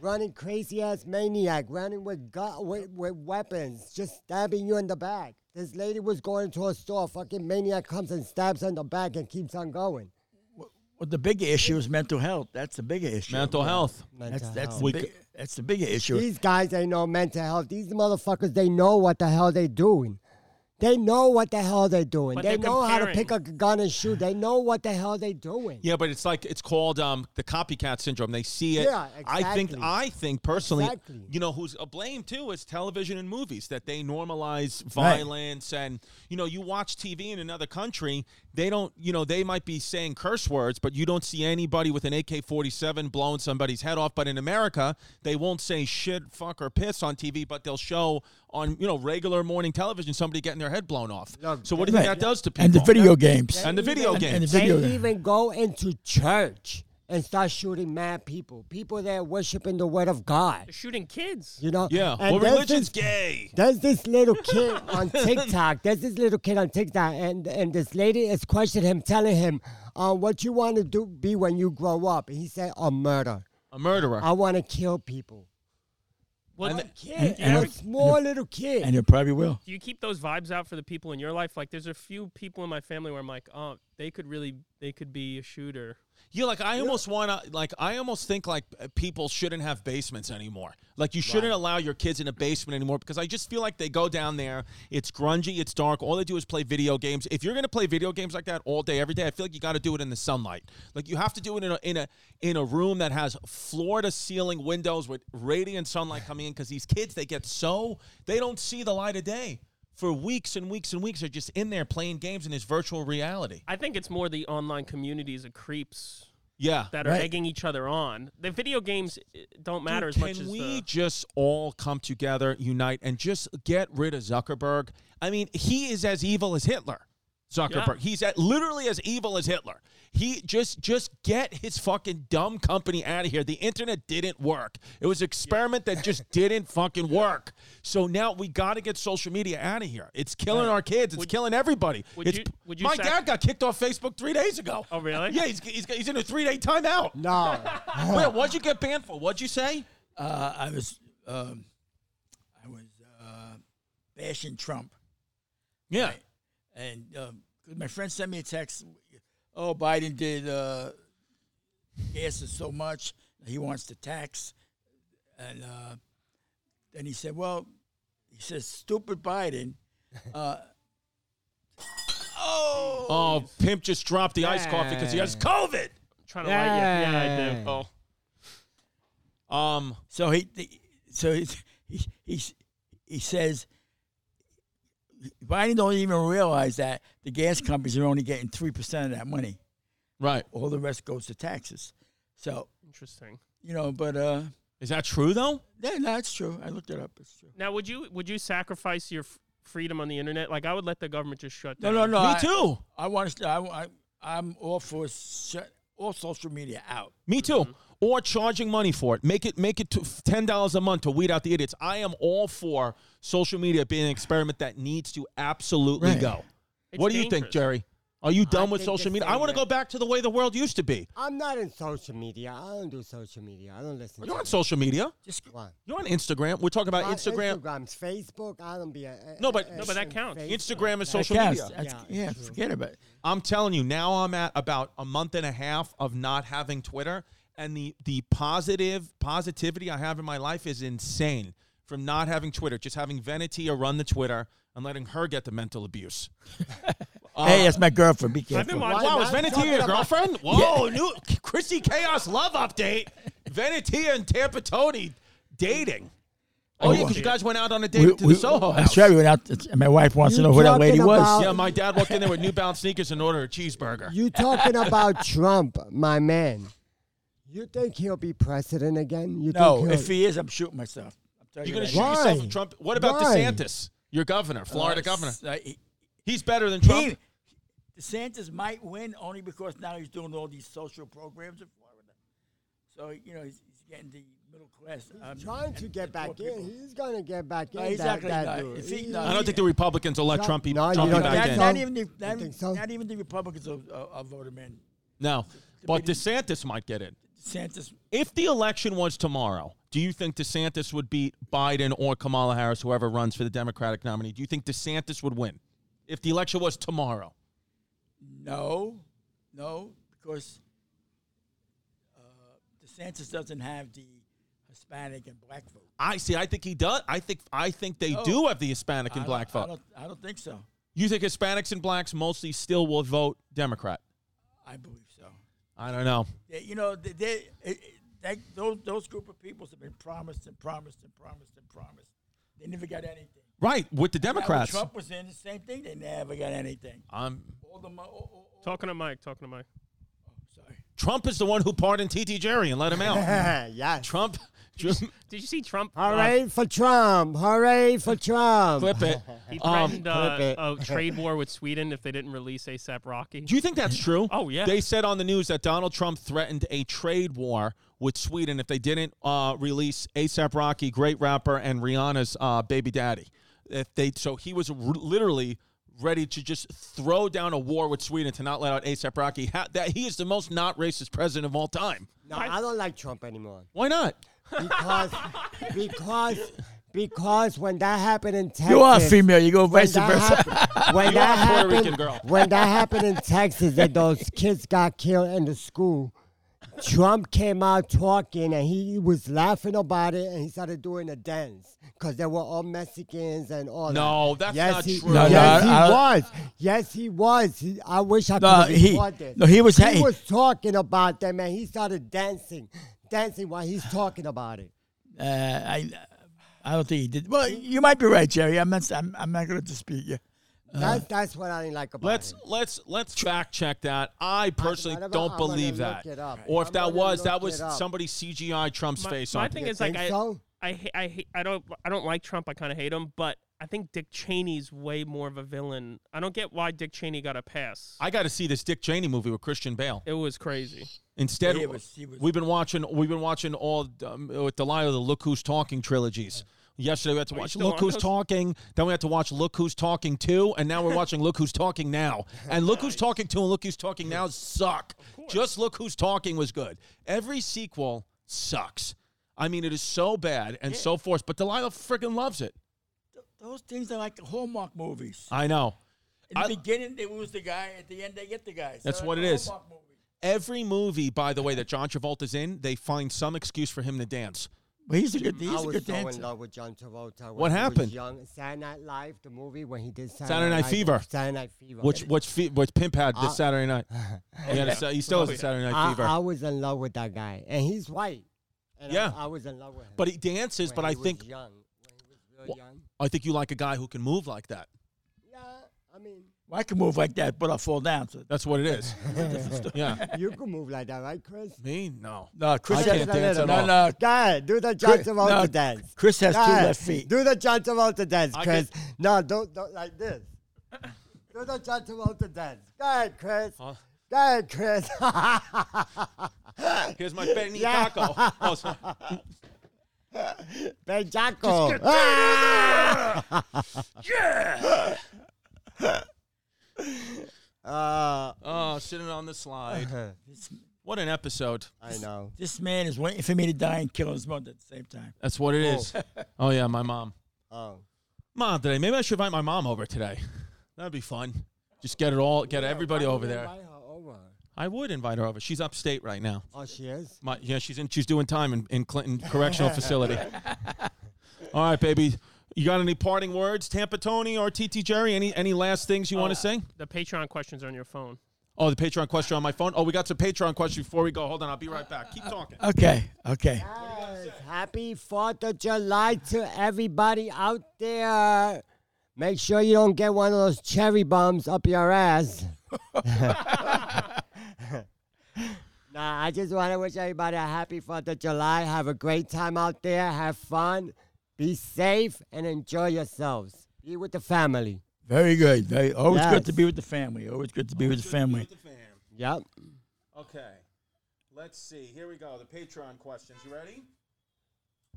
S2: running crazy ass maniac, running with, gu- with with weapons, just stabbing you in the back. This lady was going to a store, fucking maniac comes and stabs her in the back and keeps on going.
S4: Well, the bigger issue is mental health. That's the bigger issue.
S1: Mental health.
S4: That's
S2: Mental
S4: that's
S2: health.
S4: the,
S1: We
S4: big,
S1: c-
S4: that's the bigger issue.
S2: These guys ain't no mental health. These motherfuckers, they know what the hell they doing. They know what the hell they're doing.
S3: But
S2: they
S3: they're
S2: know how to pick a
S3: comparing.
S2: gun and shoot. They know what the hell they doing.
S1: Yeah, but it's like it's called um, the copycat syndrome. They see it.
S2: Yeah,
S1: I think
S2: exactly.
S1: I think personally,
S2: Exactly.
S1: you know, who's a blame too is television and movies that they normalize
S4: Right.
S1: violence and you know you watch TV in another country, they don't you know they might be saying curse words, but you don't see anybody with an AK forty seven blowing somebody's head off. But in America, they won't say shit, fuck or piss on TV, but they'll show on you know regular morning television somebody getting their head blown off.
S2: Look,
S1: so what do you think
S4: Right.
S1: that does to people?
S4: And the video games.
S1: and the video
S4: And-
S1: games.
S4: and the
S2: They
S4: video game.
S2: even go into church and start shooting mad people. People that are worshiping the word of God.
S3: They're shooting kids.
S2: You know?
S1: yeah,
S2: And
S1: well,
S2: there's
S1: religion's
S2: this-
S1: gay.
S2: There's this little kid on TikTok. There's this little kid on TikTok, and, and this lady is questioning him, telling him, uh, "What you want to do be when you grow up?" And he said, "A murder.
S1: A murderer.
S2: I want to kill people."
S3: Well,
S1: And
S3: do
S1: the-
S2: Kid,
S4: and
S2: a
S4: it-
S2: small little kid.
S4: And it probably will.
S3: you keep those vibes out for the people in your life? Like, there's a few people in my family where I'm like, oh, they could really they could be a shooter.
S1: Yeah, like I almost want to, like I almost think like uh, people shouldn't have basements anymore. Like you shouldn't allow your kids in a basement anymore because I just feel like they go down there. It's grungy, it's dark. All they do is play video games. If you're gonna play video games like that all day, every day, I feel like you got to do it in the sunlight. Like you have to do it in a in a in a room that has floor to ceiling windows with radiant sunlight coming in because these kids they get so they don't see the light of day for weeks and weeks and weeks. They're just in there playing games in this virtual reality.
S3: I think it's more the online communities of creeps
S1: Yeah.
S3: that are
S4: Right.
S3: egging each other on. The video games eh, don't matter as
S1: Dude,
S3: much
S1: can
S3: as
S1: we
S3: the
S1: just all come together, unite, and just get rid of Zuckerberg? I mean, he is as evil as Hitler. Zuckerberg. He's at, literally as evil as Hitler. He just just get his fucking dumb company out of here. The internet didn't work. It was an experiment that just didn't fucking work. So now we got to get social media out of here. It's killing our kids. It's killing everybody.
S3: would
S1: It's-
S3: you- would you
S1: my
S3: sac-
S1: dad got kicked off Facebook three days ago.
S3: Oh, really?
S1: Yeah, he's, he's, he's in a three day timeout.
S2: No.
S1: Wait, what'd you get banned for? What'd you say?
S4: Uh, I was, um, I was uh, bashing Trump,
S1: Yeah.
S4: and um 'cause my friend sent me a text. Oh, Biden did uh, gas is so much. He wants to tax, and uh, then he said, "Well, he says stupid Biden." Uh, oh,
S1: Oh, Pimp just dropped the iced coffee because he has COVID.
S3: trying to like yeah, yeah, I
S2: Yay.
S3: do. Oh.
S1: Um,
S4: So he, the- so he, he, he, he says, Biden don't even realize that the gas companies are only getting three percent of that money.
S1: right.
S4: All the rest goes to taxes. So
S3: Interesting.
S4: you know, but uh,
S1: Is that true though?
S4: yeah, no, it's true. I looked it up. It's true.
S3: Now, would you would you sacrifice your f- freedom on the internet? Like, I would let the government just shut
S4: No,
S3: down.
S4: no, no.
S1: Me
S4: I-
S1: too.
S4: I want to. I, I, I'm all for shut all social media out.
S1: Me too. Or charging money for it. Make it make it to ten dollars a month to weed out the idiots. I am all for social media being an experiment that needs to absolutely
S4: Right.
S1: go.
S3: It's
S1: what do you think,
S3: dangerous.
S1: Jerry? Are you done with
S5: think the
S1: social media?
S5: same
S1: I want to
S5: way.
S1: go back to the way the world used to be.
S2: I'm not in social media. I don't do social media. I don't listen
S1: You're
S2: to
S1: on social media.
S4: Just
S2: that. Why?
S1: You're on Instagram. We're talking about
S2: My
S1: Instagram.
S2: Instagram's Facebook. I don't be a, a-
S1: No, but-
S2: a-
S1: No,
S3: but that
S2: a-
S3: counts.
S2: Facebook.
S1: Instagram is social
S4: Yes,
S1: media.
S4: that's-
S2: Yeah,
S4: yeah,
S2: true.
S4: forget about it.
S1: I'm telling you, now I'm at about a month and a half of not having Twitter, and the the positive positivity I have in my life is insane from not having Twitter, just having Venetia run the Twitter and letting her get the mental abuse. Uh,
S4: hey, that's my girlfriend. Be
S3: I've been
S4: careful.
S3: watching.
S1: Wow, is
S2: not?
S1: Venetia your
S2: Talking about-
S1: girlfriend? Whoa, new Chrissy Chaos love update. Venetia and Tampa Tony dating. Oh, yeah, because you guys went out on a date to the Soho
S4: I'm
S1: House.
S4: sure we went out. to- and my wife wants to
S2: You
S4: know who that
S2: talking
S4: lady was.
S2: about-
S1: Yeah, my dad walked in there with New Balance sneakers and ordered a cheeseburger.
S2: You talking about Trump, my man? You think he'll be president again? You
S4: No,
S2: think
S4: if he is, I'm shooting myself. I'm telling
S1: You're gonna
S4: that.
S1: shoot yourself
S2: Why?
S1: in Trump. What about
S2: Why?
S1: DeSantis, your governor, Florida governor?
S4: Uh, he,
S1: He's better than Trump.
S4: he, DeSantis might win only because now he's doing all these social programs in Florida. So you know he's, he's getting the middle class. um,
S2: trying to
S4: and
S2: get
S4: the
S2: back
S4: poor people.
S2: in, he's gonna get back
S4: No,
S2: in.
S4: he's
S2: that,
S4: not gonna-
S2: that
S4: no,
S2: dude.
S4: if he-
S2: He-
S4: no,
S1: I don't think the Republicans will let
S2: No,
S1: Trumpy,
S2: no, you
S1: Trumpy back
S2: don't think
S4: Not,
S1: in.
S2: so.
S4: not even the not,
S2: You think
S4: even-
S2: so?
S4: not even the Republicans will, uh, will vote him in.
S1: No, but DeSantis might get it.
S4: DeSantis,
S1: If the election was tomorrow, do you think DeSantis would beat Biden or Kamala Harris, whoever runs for the Democratic nominee? Do you think DeSantis would win if the election was tomorrow?
S4: no, no, because uh, DeSantis doesn't have the Hispanic and black vote.
S1: I see. I think he does. I think. I think they
S4: Oh.
S1: do have the Hispanic
S4: I
S1: and
S4: don't-
S1: black
S4: I
S1: vote.
S4: don't, I don't think so.
S1: You think Hispanics and blacks mostly still will vote Democrat?
S4: I believe so.
S1: I don't know.
S4: They- you know, they, they, it- it- that- those those group of peoples have been promised and promised and promised and promised. They never got anything.
S1: Right with the
S4: Now, when
S1: Democrats.
S4: Trump was in the same thing. They never got anything.
S1: I'm
S4: All the mo- oh, oh, oh,
S3: Talking to Mike. Talking to Mike.
S4: sorry.
S1: Trump is the one who pardoned TT Jerry and let him out.
S2: yes.
S1: Trump, Trump
S3: Did you see Trump? uh,
S2: Hooray for Trump! Hooray for Trump!
S1: clip it.
S3: He
S1: Um,
S3: threatened uh,
S2: Oh, clip it.
S3: a trade war with Sweden if they didn't release ASAP Rocky.
S1: Do you think that's true?
S3: Oh, yeah.
S1: They said on the news that Donald Trump threatened a trade war with Sweden if they didn't uh, release ASAP Rocky, great rapper, and Rihanna's uh, baby daddy. If they so he was r- literally ready to just throw down a war with Sweden to not let out ASAP Rocky. Ha- that he is the most not racist president of all time.
S2: No, I don't like Trump anymore
S1: Why not?
S2: because because because when that happened in Texas,
S4: You are female. You go
S2: When
S4: vice
S2: that
S4: versa.
S2: happened, when
S1: You are
S2: that
S1: a Puerto
S2: happened,
S1: Rican girl.
S2: when that happened in Texas, and those kids got killed in the school, Trump came out talking, and he was laughing about it, and he started doing a dance because they were all Mexicans and all.
S1: No,
S2: that.
S1: that's
S2: yes,
S1: not
S2: he,
S1: true.
S4: No, no,
S2: yes,
S4: I-
S2: he
S4: I-
S2: was. Yes, he was. He- I wish I could
S4: No,
S2: have
S4: he,
S2: recorded this.
S4: no, he was.
S2: He
S4: He,
S2: was talking about that, man. He started dancing, dancing while he's talking about it.
S4: uh, I, I don't think he did. Well, you might be right, Jerry. I'm not. I'm, I'm not going to dispute you.
S2: That's that's what I didn't like about
S1: Let's
S2: it.
S1: let's let's fact check that. I personally
S2: whatever,
S1: don't
S2: I'm gonna
S1: believe
S2: look
S1: that.
S2: it up.
S1: Or if
S2: I'm
S1: that
S2: gonna
S1: was
S2: look
S1: that
S2: it
S1: was
S2: up.
S1: somebody CGI Trump's
S3: My-
S1: face
S3: my
S1: on.
S3: thing
S1: it.
S3: is like
S2: Think
S3: I,
S2: so?
S3: I, ha- I, hate, I don't, I don't like Trump. I kind of hate him, but I think Dick Cheney's way more of a villain. I don't get why Dick Cheney got a pass.
S1: I got to see this Dick Cheney movie with Christian Bale.
S3: it was crazy.
S1: Instead,
S4: He was- he was-
S1: we've been watching we've been watching all um, with Delilah the Look Who's Talking trilogies. Yesterday we had to
S3: you
S1: watch
S3: still
S1: Look
S3: on
S1: Who's
S3: those?
S1: Talking. Then we had to watch Look Who's Talking Two, and now we're watching Look Who's Talking Now. And Look Who's Talking Two and Look Who's Talking Now suck. Just Look Who's Talking was good. Every sequel sucks. I mean, it is so bad and so forced. But Delilah freaking loves it.
S4: Those things are like Hallmark movies.
S1: I know.
S4: In the
S1: I-
S4: beginning, they lose the guy. At the end, they get the guy.
S1: That's what it is. Every movie, by the way, that John Travolta's in, they find some excuse for him to dance.
S4: Well, he's a good. He's
S2: I
S4: a
S2: was
S4: good
S2: so
S4: dancer.
S2: in love with John Travolta. When
S1: What
S2: he
S1: happened?
S2: Was young Saturday Night Live, the movie when he did Saturday,
S1: Saturday Night
S2: Live-
S1: Fever.
S2: Saturday Night Fever.
S1: Which which fe- which pimp had this
S2: Uh,
S1: Saturday night? He, had a sa- he still has a Saturday Night
S2: Oh, I,
S1: Fever,
S2: I was in love with that guy, and he's white. And I-
S1: Yeah.
S2: I, was in love with him.
S1: but he dances.
S2: when
S1: But
S2: he
S1: I
S2: was
S1: think
S2: young, when he was real young.
S1: I think you like a guy who can move like that.
S2: Yeah, I mean,
S4: Well, I can move like that, but I'll fall down. So
S1: That's what it is. yeah,
S2: you could move like that, right, Chris?
S1: me no.
S4: no, Chris
S1: I
S4: has-
S1: can't dance at
S4: no,
S1: all.
S4: no,
S2: Go ahead, do the John
S4: Chris-
S2: Travolta
S4: no,
S2: dance.
S4: Chris has two
S2: Go ahead,
S4: left feet.
S2: Do the John Travolta dance,
S1: I
S2: Chris. No, don't, don't like this. do the John Travolta dance. Go ahead, Chris.
S1: Huh?
S2: Go ahead, Chris.
S1: Here's my Benny
S2: Yeah.
S1: Taco. Oh, sorry.
S2: Ben Jocko. Ah! Uh,
S1: oh, sitting on the slide. What an episode.
S2: I know.
S4: This man is waiting for me to die and kill his mother at the same time.
S1: That's what it is. Oh yeah, my mom.
S2: Oh,
S1: Mom today. Maybe I should invite my mom over today. That'd be fun. Just get it all. Get everybody over there.
S2: Invite her over.
S1: I would invite her over. She's upstate right now.
S2: Oh, she is.
S1: My, yeah, she's in. She's doing time in, in Clinton Correctional Facility. All right, baby. You got any parting words, Tampa Tony or TT Jerry? Any any last things you want to say?
S3: The Patreon questions are on your phone.
S1: Oh, the Patreon question on my phone. Oh, we got some Patreon questions before we go. Hold on, I'll be right back. Keep talking.
S4: Okay, okay.
S2: Yes. Happy Fourth of July to everybody out there. Make sure you don't get one of those cherry bombs up your ass. nah, I just want to wish everybody a happy Fourth of July. Have a great time out there. Have fun. Be safe and enjoy yourselves. Be with the family.
S4: Very good. Very always good to
S2: Yes.
S4: be with the family. Always good to be with the family.
S2: Yep.
S1: Okay, let's see. Here we go. The Patreon questions. You ready?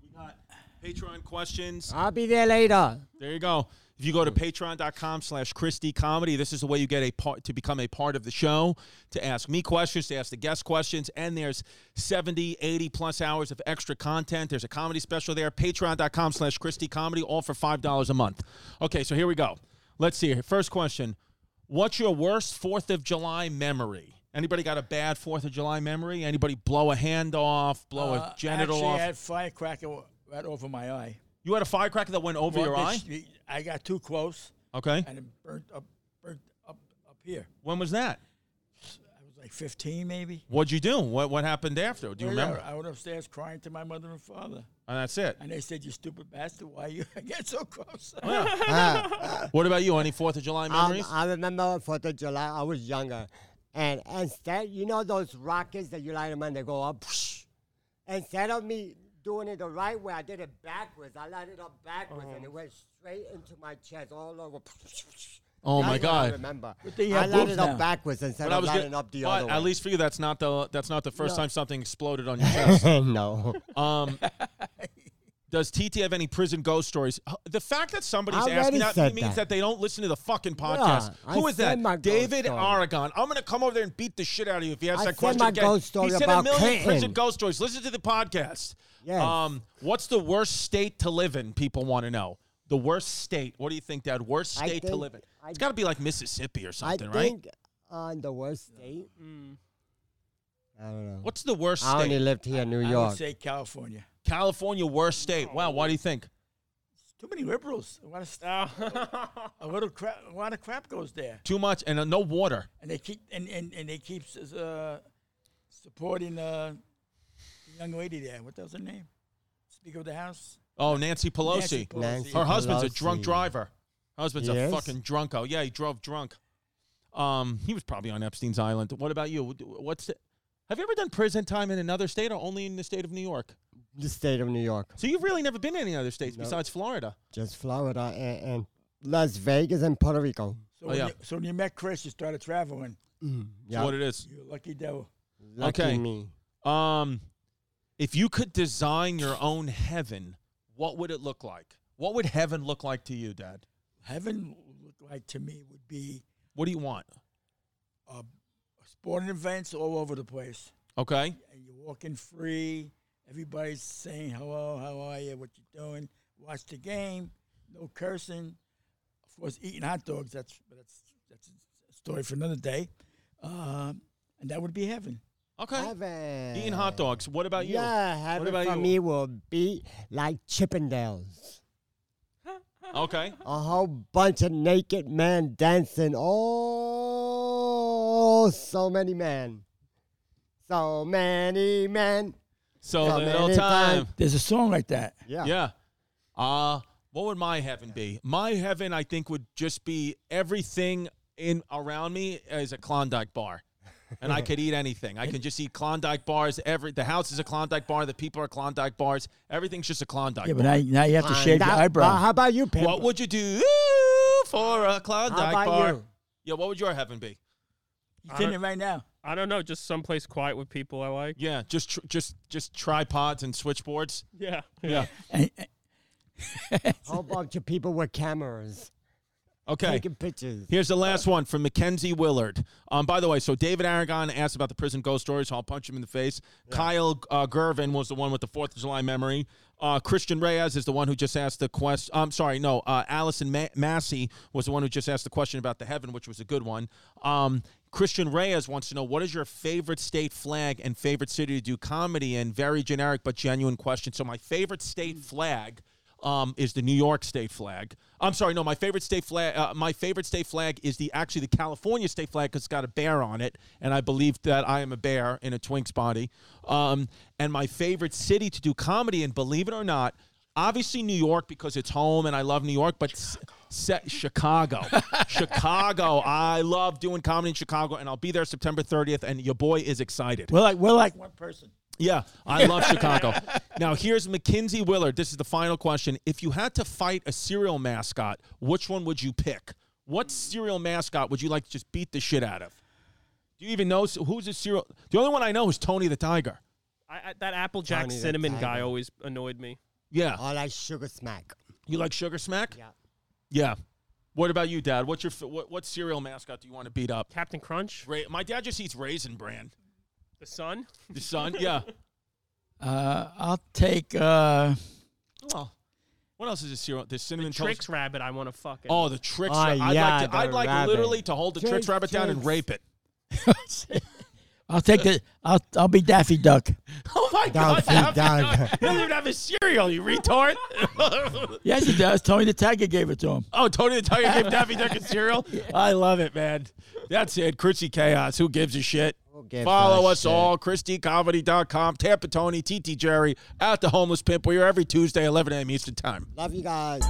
S1: We got Patreon questions.
S2: I'll be there later.
S1: There you go. If you go to patreon.com slash Christie Comedy, this is the way you get a part to become a part of the show, to ask me questions, to ask the guest questions, and there's 70, 80 plus hours of extra content. There's a comedy special there. Patreon.com slash Christie Comedy, all for $5 a month. Okay, so here we go. Let's see here. First question. What's your worst 4th of July memory? Anybody got a bad 4th of July memory? Anybody blow a hand off, blow
S4: Uh,
S1: Oh, a genital
S4: actually,
S1: off?
S4: I had firecracker right over my eye.
S1: you had a firecracker that went over
S4: Well,
S1: your eye?
S4: this- I got too close
S1: Okay.
S4: and it burnt up, burnt up, up here.
S1: When was that?
S4: I was like 15, maybe.
S1: What'd you do? What what happened after? Do you
S4: Yeah,
S1: remember?
S4: I went upstairs crying to my mother and father,
S1: And that's it.
S4: and they said, "You stupid bastard! Why you get so close?"
S1: Oh, What about you? Any Fourth of July
S2: Um,
S1: memories?
S2: I remember Fourth of July. I was younger, and instead, you know those rockets that you light them and they go up. Instead of me doing it the right way, I did it backwards. I lighted it up backwards, and it went straight into my chest, all over.
S1: Oh, my
S2: That's what I
S1: God.
S2: remember.
S4: they
S2: I
S4: have
S2: lighted
S4: boobs
S2: it up
S4: now.
S2: backwards instead
S1: But I
S2: of
S1: was
S2: lighting
S1: get-
S2: up the
S1: but
S2: other
S1: at
S2: way.
S1: least for you, that's not the that's not the first time something exploded on your chest.
S2: no.
S1: Um, Does TT have any prison ghost stories? H- The fact that somebody's
S2: I
S1: asking
S2: already
S1: that
S2: said
S1: means that.
S2: that.
S1: they don't listen to the fucking podcast.
S2: I
S1: Who is
S2: said my
S1: that?
S2: ghost
S1: David
S2: story.
S1: Aragon. I'm gonna come over there and beat the shit out of you if you ask
S2: I
S1: that
S2: said
S1: question
S2: my
S1: again.
S2: ghost story
S1: he said a
S2: about
S1: million
S2: Clinton.
S1: prison ghost stories. Listen to the podcast.
S2: Yes.
S1: Um, what's the worst state to live in? People want to know. The worst state. What do you think, Dad? Worst
S2: I
S1: state to
S2: think-
S1: live in.
S2: I-
S1: it's got to be like Mississippi or
S2: I
S1: something, right?
S2: think on the worst state. I don't know.
S1: What's the worst
S2: I only
S1: state?
S2: lived here in New
S4: I
S2: York.
S4: would say California.
S1: California, worst state. Wow, why do you think?
S4: Too many liberals. A lot of st-
S1: Ah.
S3: Oh.
S4: a little crap. A lot of crap goes there,
S1: Too much and uh, no water.
S4: and they keep and and, and they keep uh, supporting uh, the young lady there. What was her name? Speaker of the House.
S1: Oh, Nancy Pelosi.
S4: Nancy Pelosi.
S2: Nancy
S1: Her husband's a drunk
S2: Pelosi.
S1: driver. Her husband's
S2: He
S1: a
S2: is?
S1: fucking drunko. Yeah, he drove drunk. Um, he was probably on Epstein's island. What about you? What's it? Have you ever done prison time in another state or only in the state of New York?
S2: The state of New York,
S1: So you've really never been in any other states
S2: No.
S1: besides Florida.
S2: just Florida and, and Las Vegas and Puerto Rico.
S4: So,
S1: Oh,
S4: when
S1: yeah.
S4: you, so when you met Chris, you started traveling.
S1: Yeah.
S2: Yeah,
S1: Mm. What it is.
S4: You're a lucky devil.
S2: lucky
S1: okay.
S2: me.
S1: Um, if you could design your own heaven, what would it look like? What would heaven look like to you, Dad?
S4: Heaven looked like to me would be
S1: What do you want?
S4: uh, sporting events all over the place.
S1: Okay.
S4: and you're walking free. Everybody's saying hello, how are you, what you doing? Watch the game, no cursing. Of course, eating hot dogs. That's that's that's a story for another day. Um, and that would be heaven.
S1: Okay.
S2: Heaven.
S1: Eating hot dogs. What about you?
S2: Yeah, heaven
S1: about
S2: for
S1: you?
S2: me will be like Chippendales.
S1: Okay.
S2: A whole bunch of naked men dancing. Oh, so many men. So many men.
S1: So
S2: Yeah,
S1: little
S2: man, anytime.
S1: time.
S4: There's a song like that.
S2: Yeah.
S1: Yeah. Uh what would my heaven be? My heaven I think would just be everything in around me is a Klondike bar. And I could eat anything. I can just eat Klondike bars. Every the house is a Klondike bar. The people are Klondike bars. Everything's just a Klondike
S4: Yeah, but
S1: bar.
S4: now, now you have to shave your
S2: Klondike bar.
S1: Uh-huh.
S4: eyebrow.
S2: How about you, Pimp?
S1: what would you do for a Klondike
S2: about
S1: bar?
S2: you?
S1: Yeah, what would your heaven be?
S4: You're doing it right now.
S3: I don't know, just someplace quiet with people I like.
S1: Yeah, just tr- just just tripods and switchboards.
S3: Yeah.
S1: Yeah.
S4: And, and
S2: How about your people with cameras
S1: Okay.
S2: taking pictures?
S1: Here's the last one from Mackenzie Willard. Um, by the way, so David Aragon asked about the prison ghost story, so I'll punch him in the face. Kyle uh, Gervin was the one with the Fourth of July memory. Uh, Christian Reyes is the one who just asked the question. I'm sorry, no. Uh, Allison Ma- Massey was the one who just asked the question about the heaven, which was a good one. Um, Christian Reyes wants to know what is your favorite state flag and favorite city to do comedy in? Very generic but genuine question. So my favorite state flag um, is the New York state flag. I'm sorry, no, my favorite state flag. Uh, my favorite state flag is the actually the California state flag because it's got a bear on it, and I believe that I am a bear in a twink's body. Um, and my favorite city to do comedy in, believe it or not, obviously New York because it's home and I love New York, but s- se- Chicago, Chicago, I love doing comedy in Chicago, and I'll be there September 30th, and your boy is excited.
S4: we're like we're like one person.
S1: Yeah, I love Chicago. Now, here's Mackenzie Willard. This is the final question. If you had to fight a cereal mascot, which one would you pick? What cereal mascot would you like to just beat the shit out of? Do you even know s- who's a cereal? The only one I know is Tony the Tiger.
S3: I, I, that Applejack
S2: Johnny the
S3: cinnamon guy
S2: Tiger.
S3: always annoyed me.
S1: Yeah.
S2: All that sugar smack.
S1: You like Sugar Smack?
S2: Yeah.
S1: Yeah. What about you, Dad? What's your f- what, what cereal mascot do you want to beat up?
S3: Captain Crunch,
S1: Ra- My dad just eats Raisin Bran.
S3: the sun.
S1: The son? Yeah.
S4: Uh, I'll take. Uh,
S1: Well, what else is a cereal? The cinnamon toast.
S3: Tricks Rabbit, I want to fuck it.
S1: Oh, the tricks!
S2: Oh,
S1: I'd
S2: yeah,
S1: like, to, I'd
S2: the
S1: like
S2: rabbit.
S1: literally to hold the tricks,
S2: Tricks,
S1: rabbit down and
S2: tricks.
S1: rape it.
S4: I'll take the. I'll I'll be Daffy Duck.
S1: Oh my
S2: Down, feet
S1: god!
S2: down.
S1: He doesn't even have his cereal, you retard!
S4: Yes, he does. Tony the Tiger gave it to him.
S1: oh, Tony the Tiger gave Daffy Duck his cereal. I love it, man. That's it, Christy Chaos. Who gives a shit?
S2: Who gives
S1: Follow
S2: a
S1: us
S2: shit?
S1: all, ChristyComedy.com, Tampa Tony, TT Jerry, at the Homeless Pimp. We're here every Tuesday, 11 a.m. Eastern Time.
S2: Love you guys.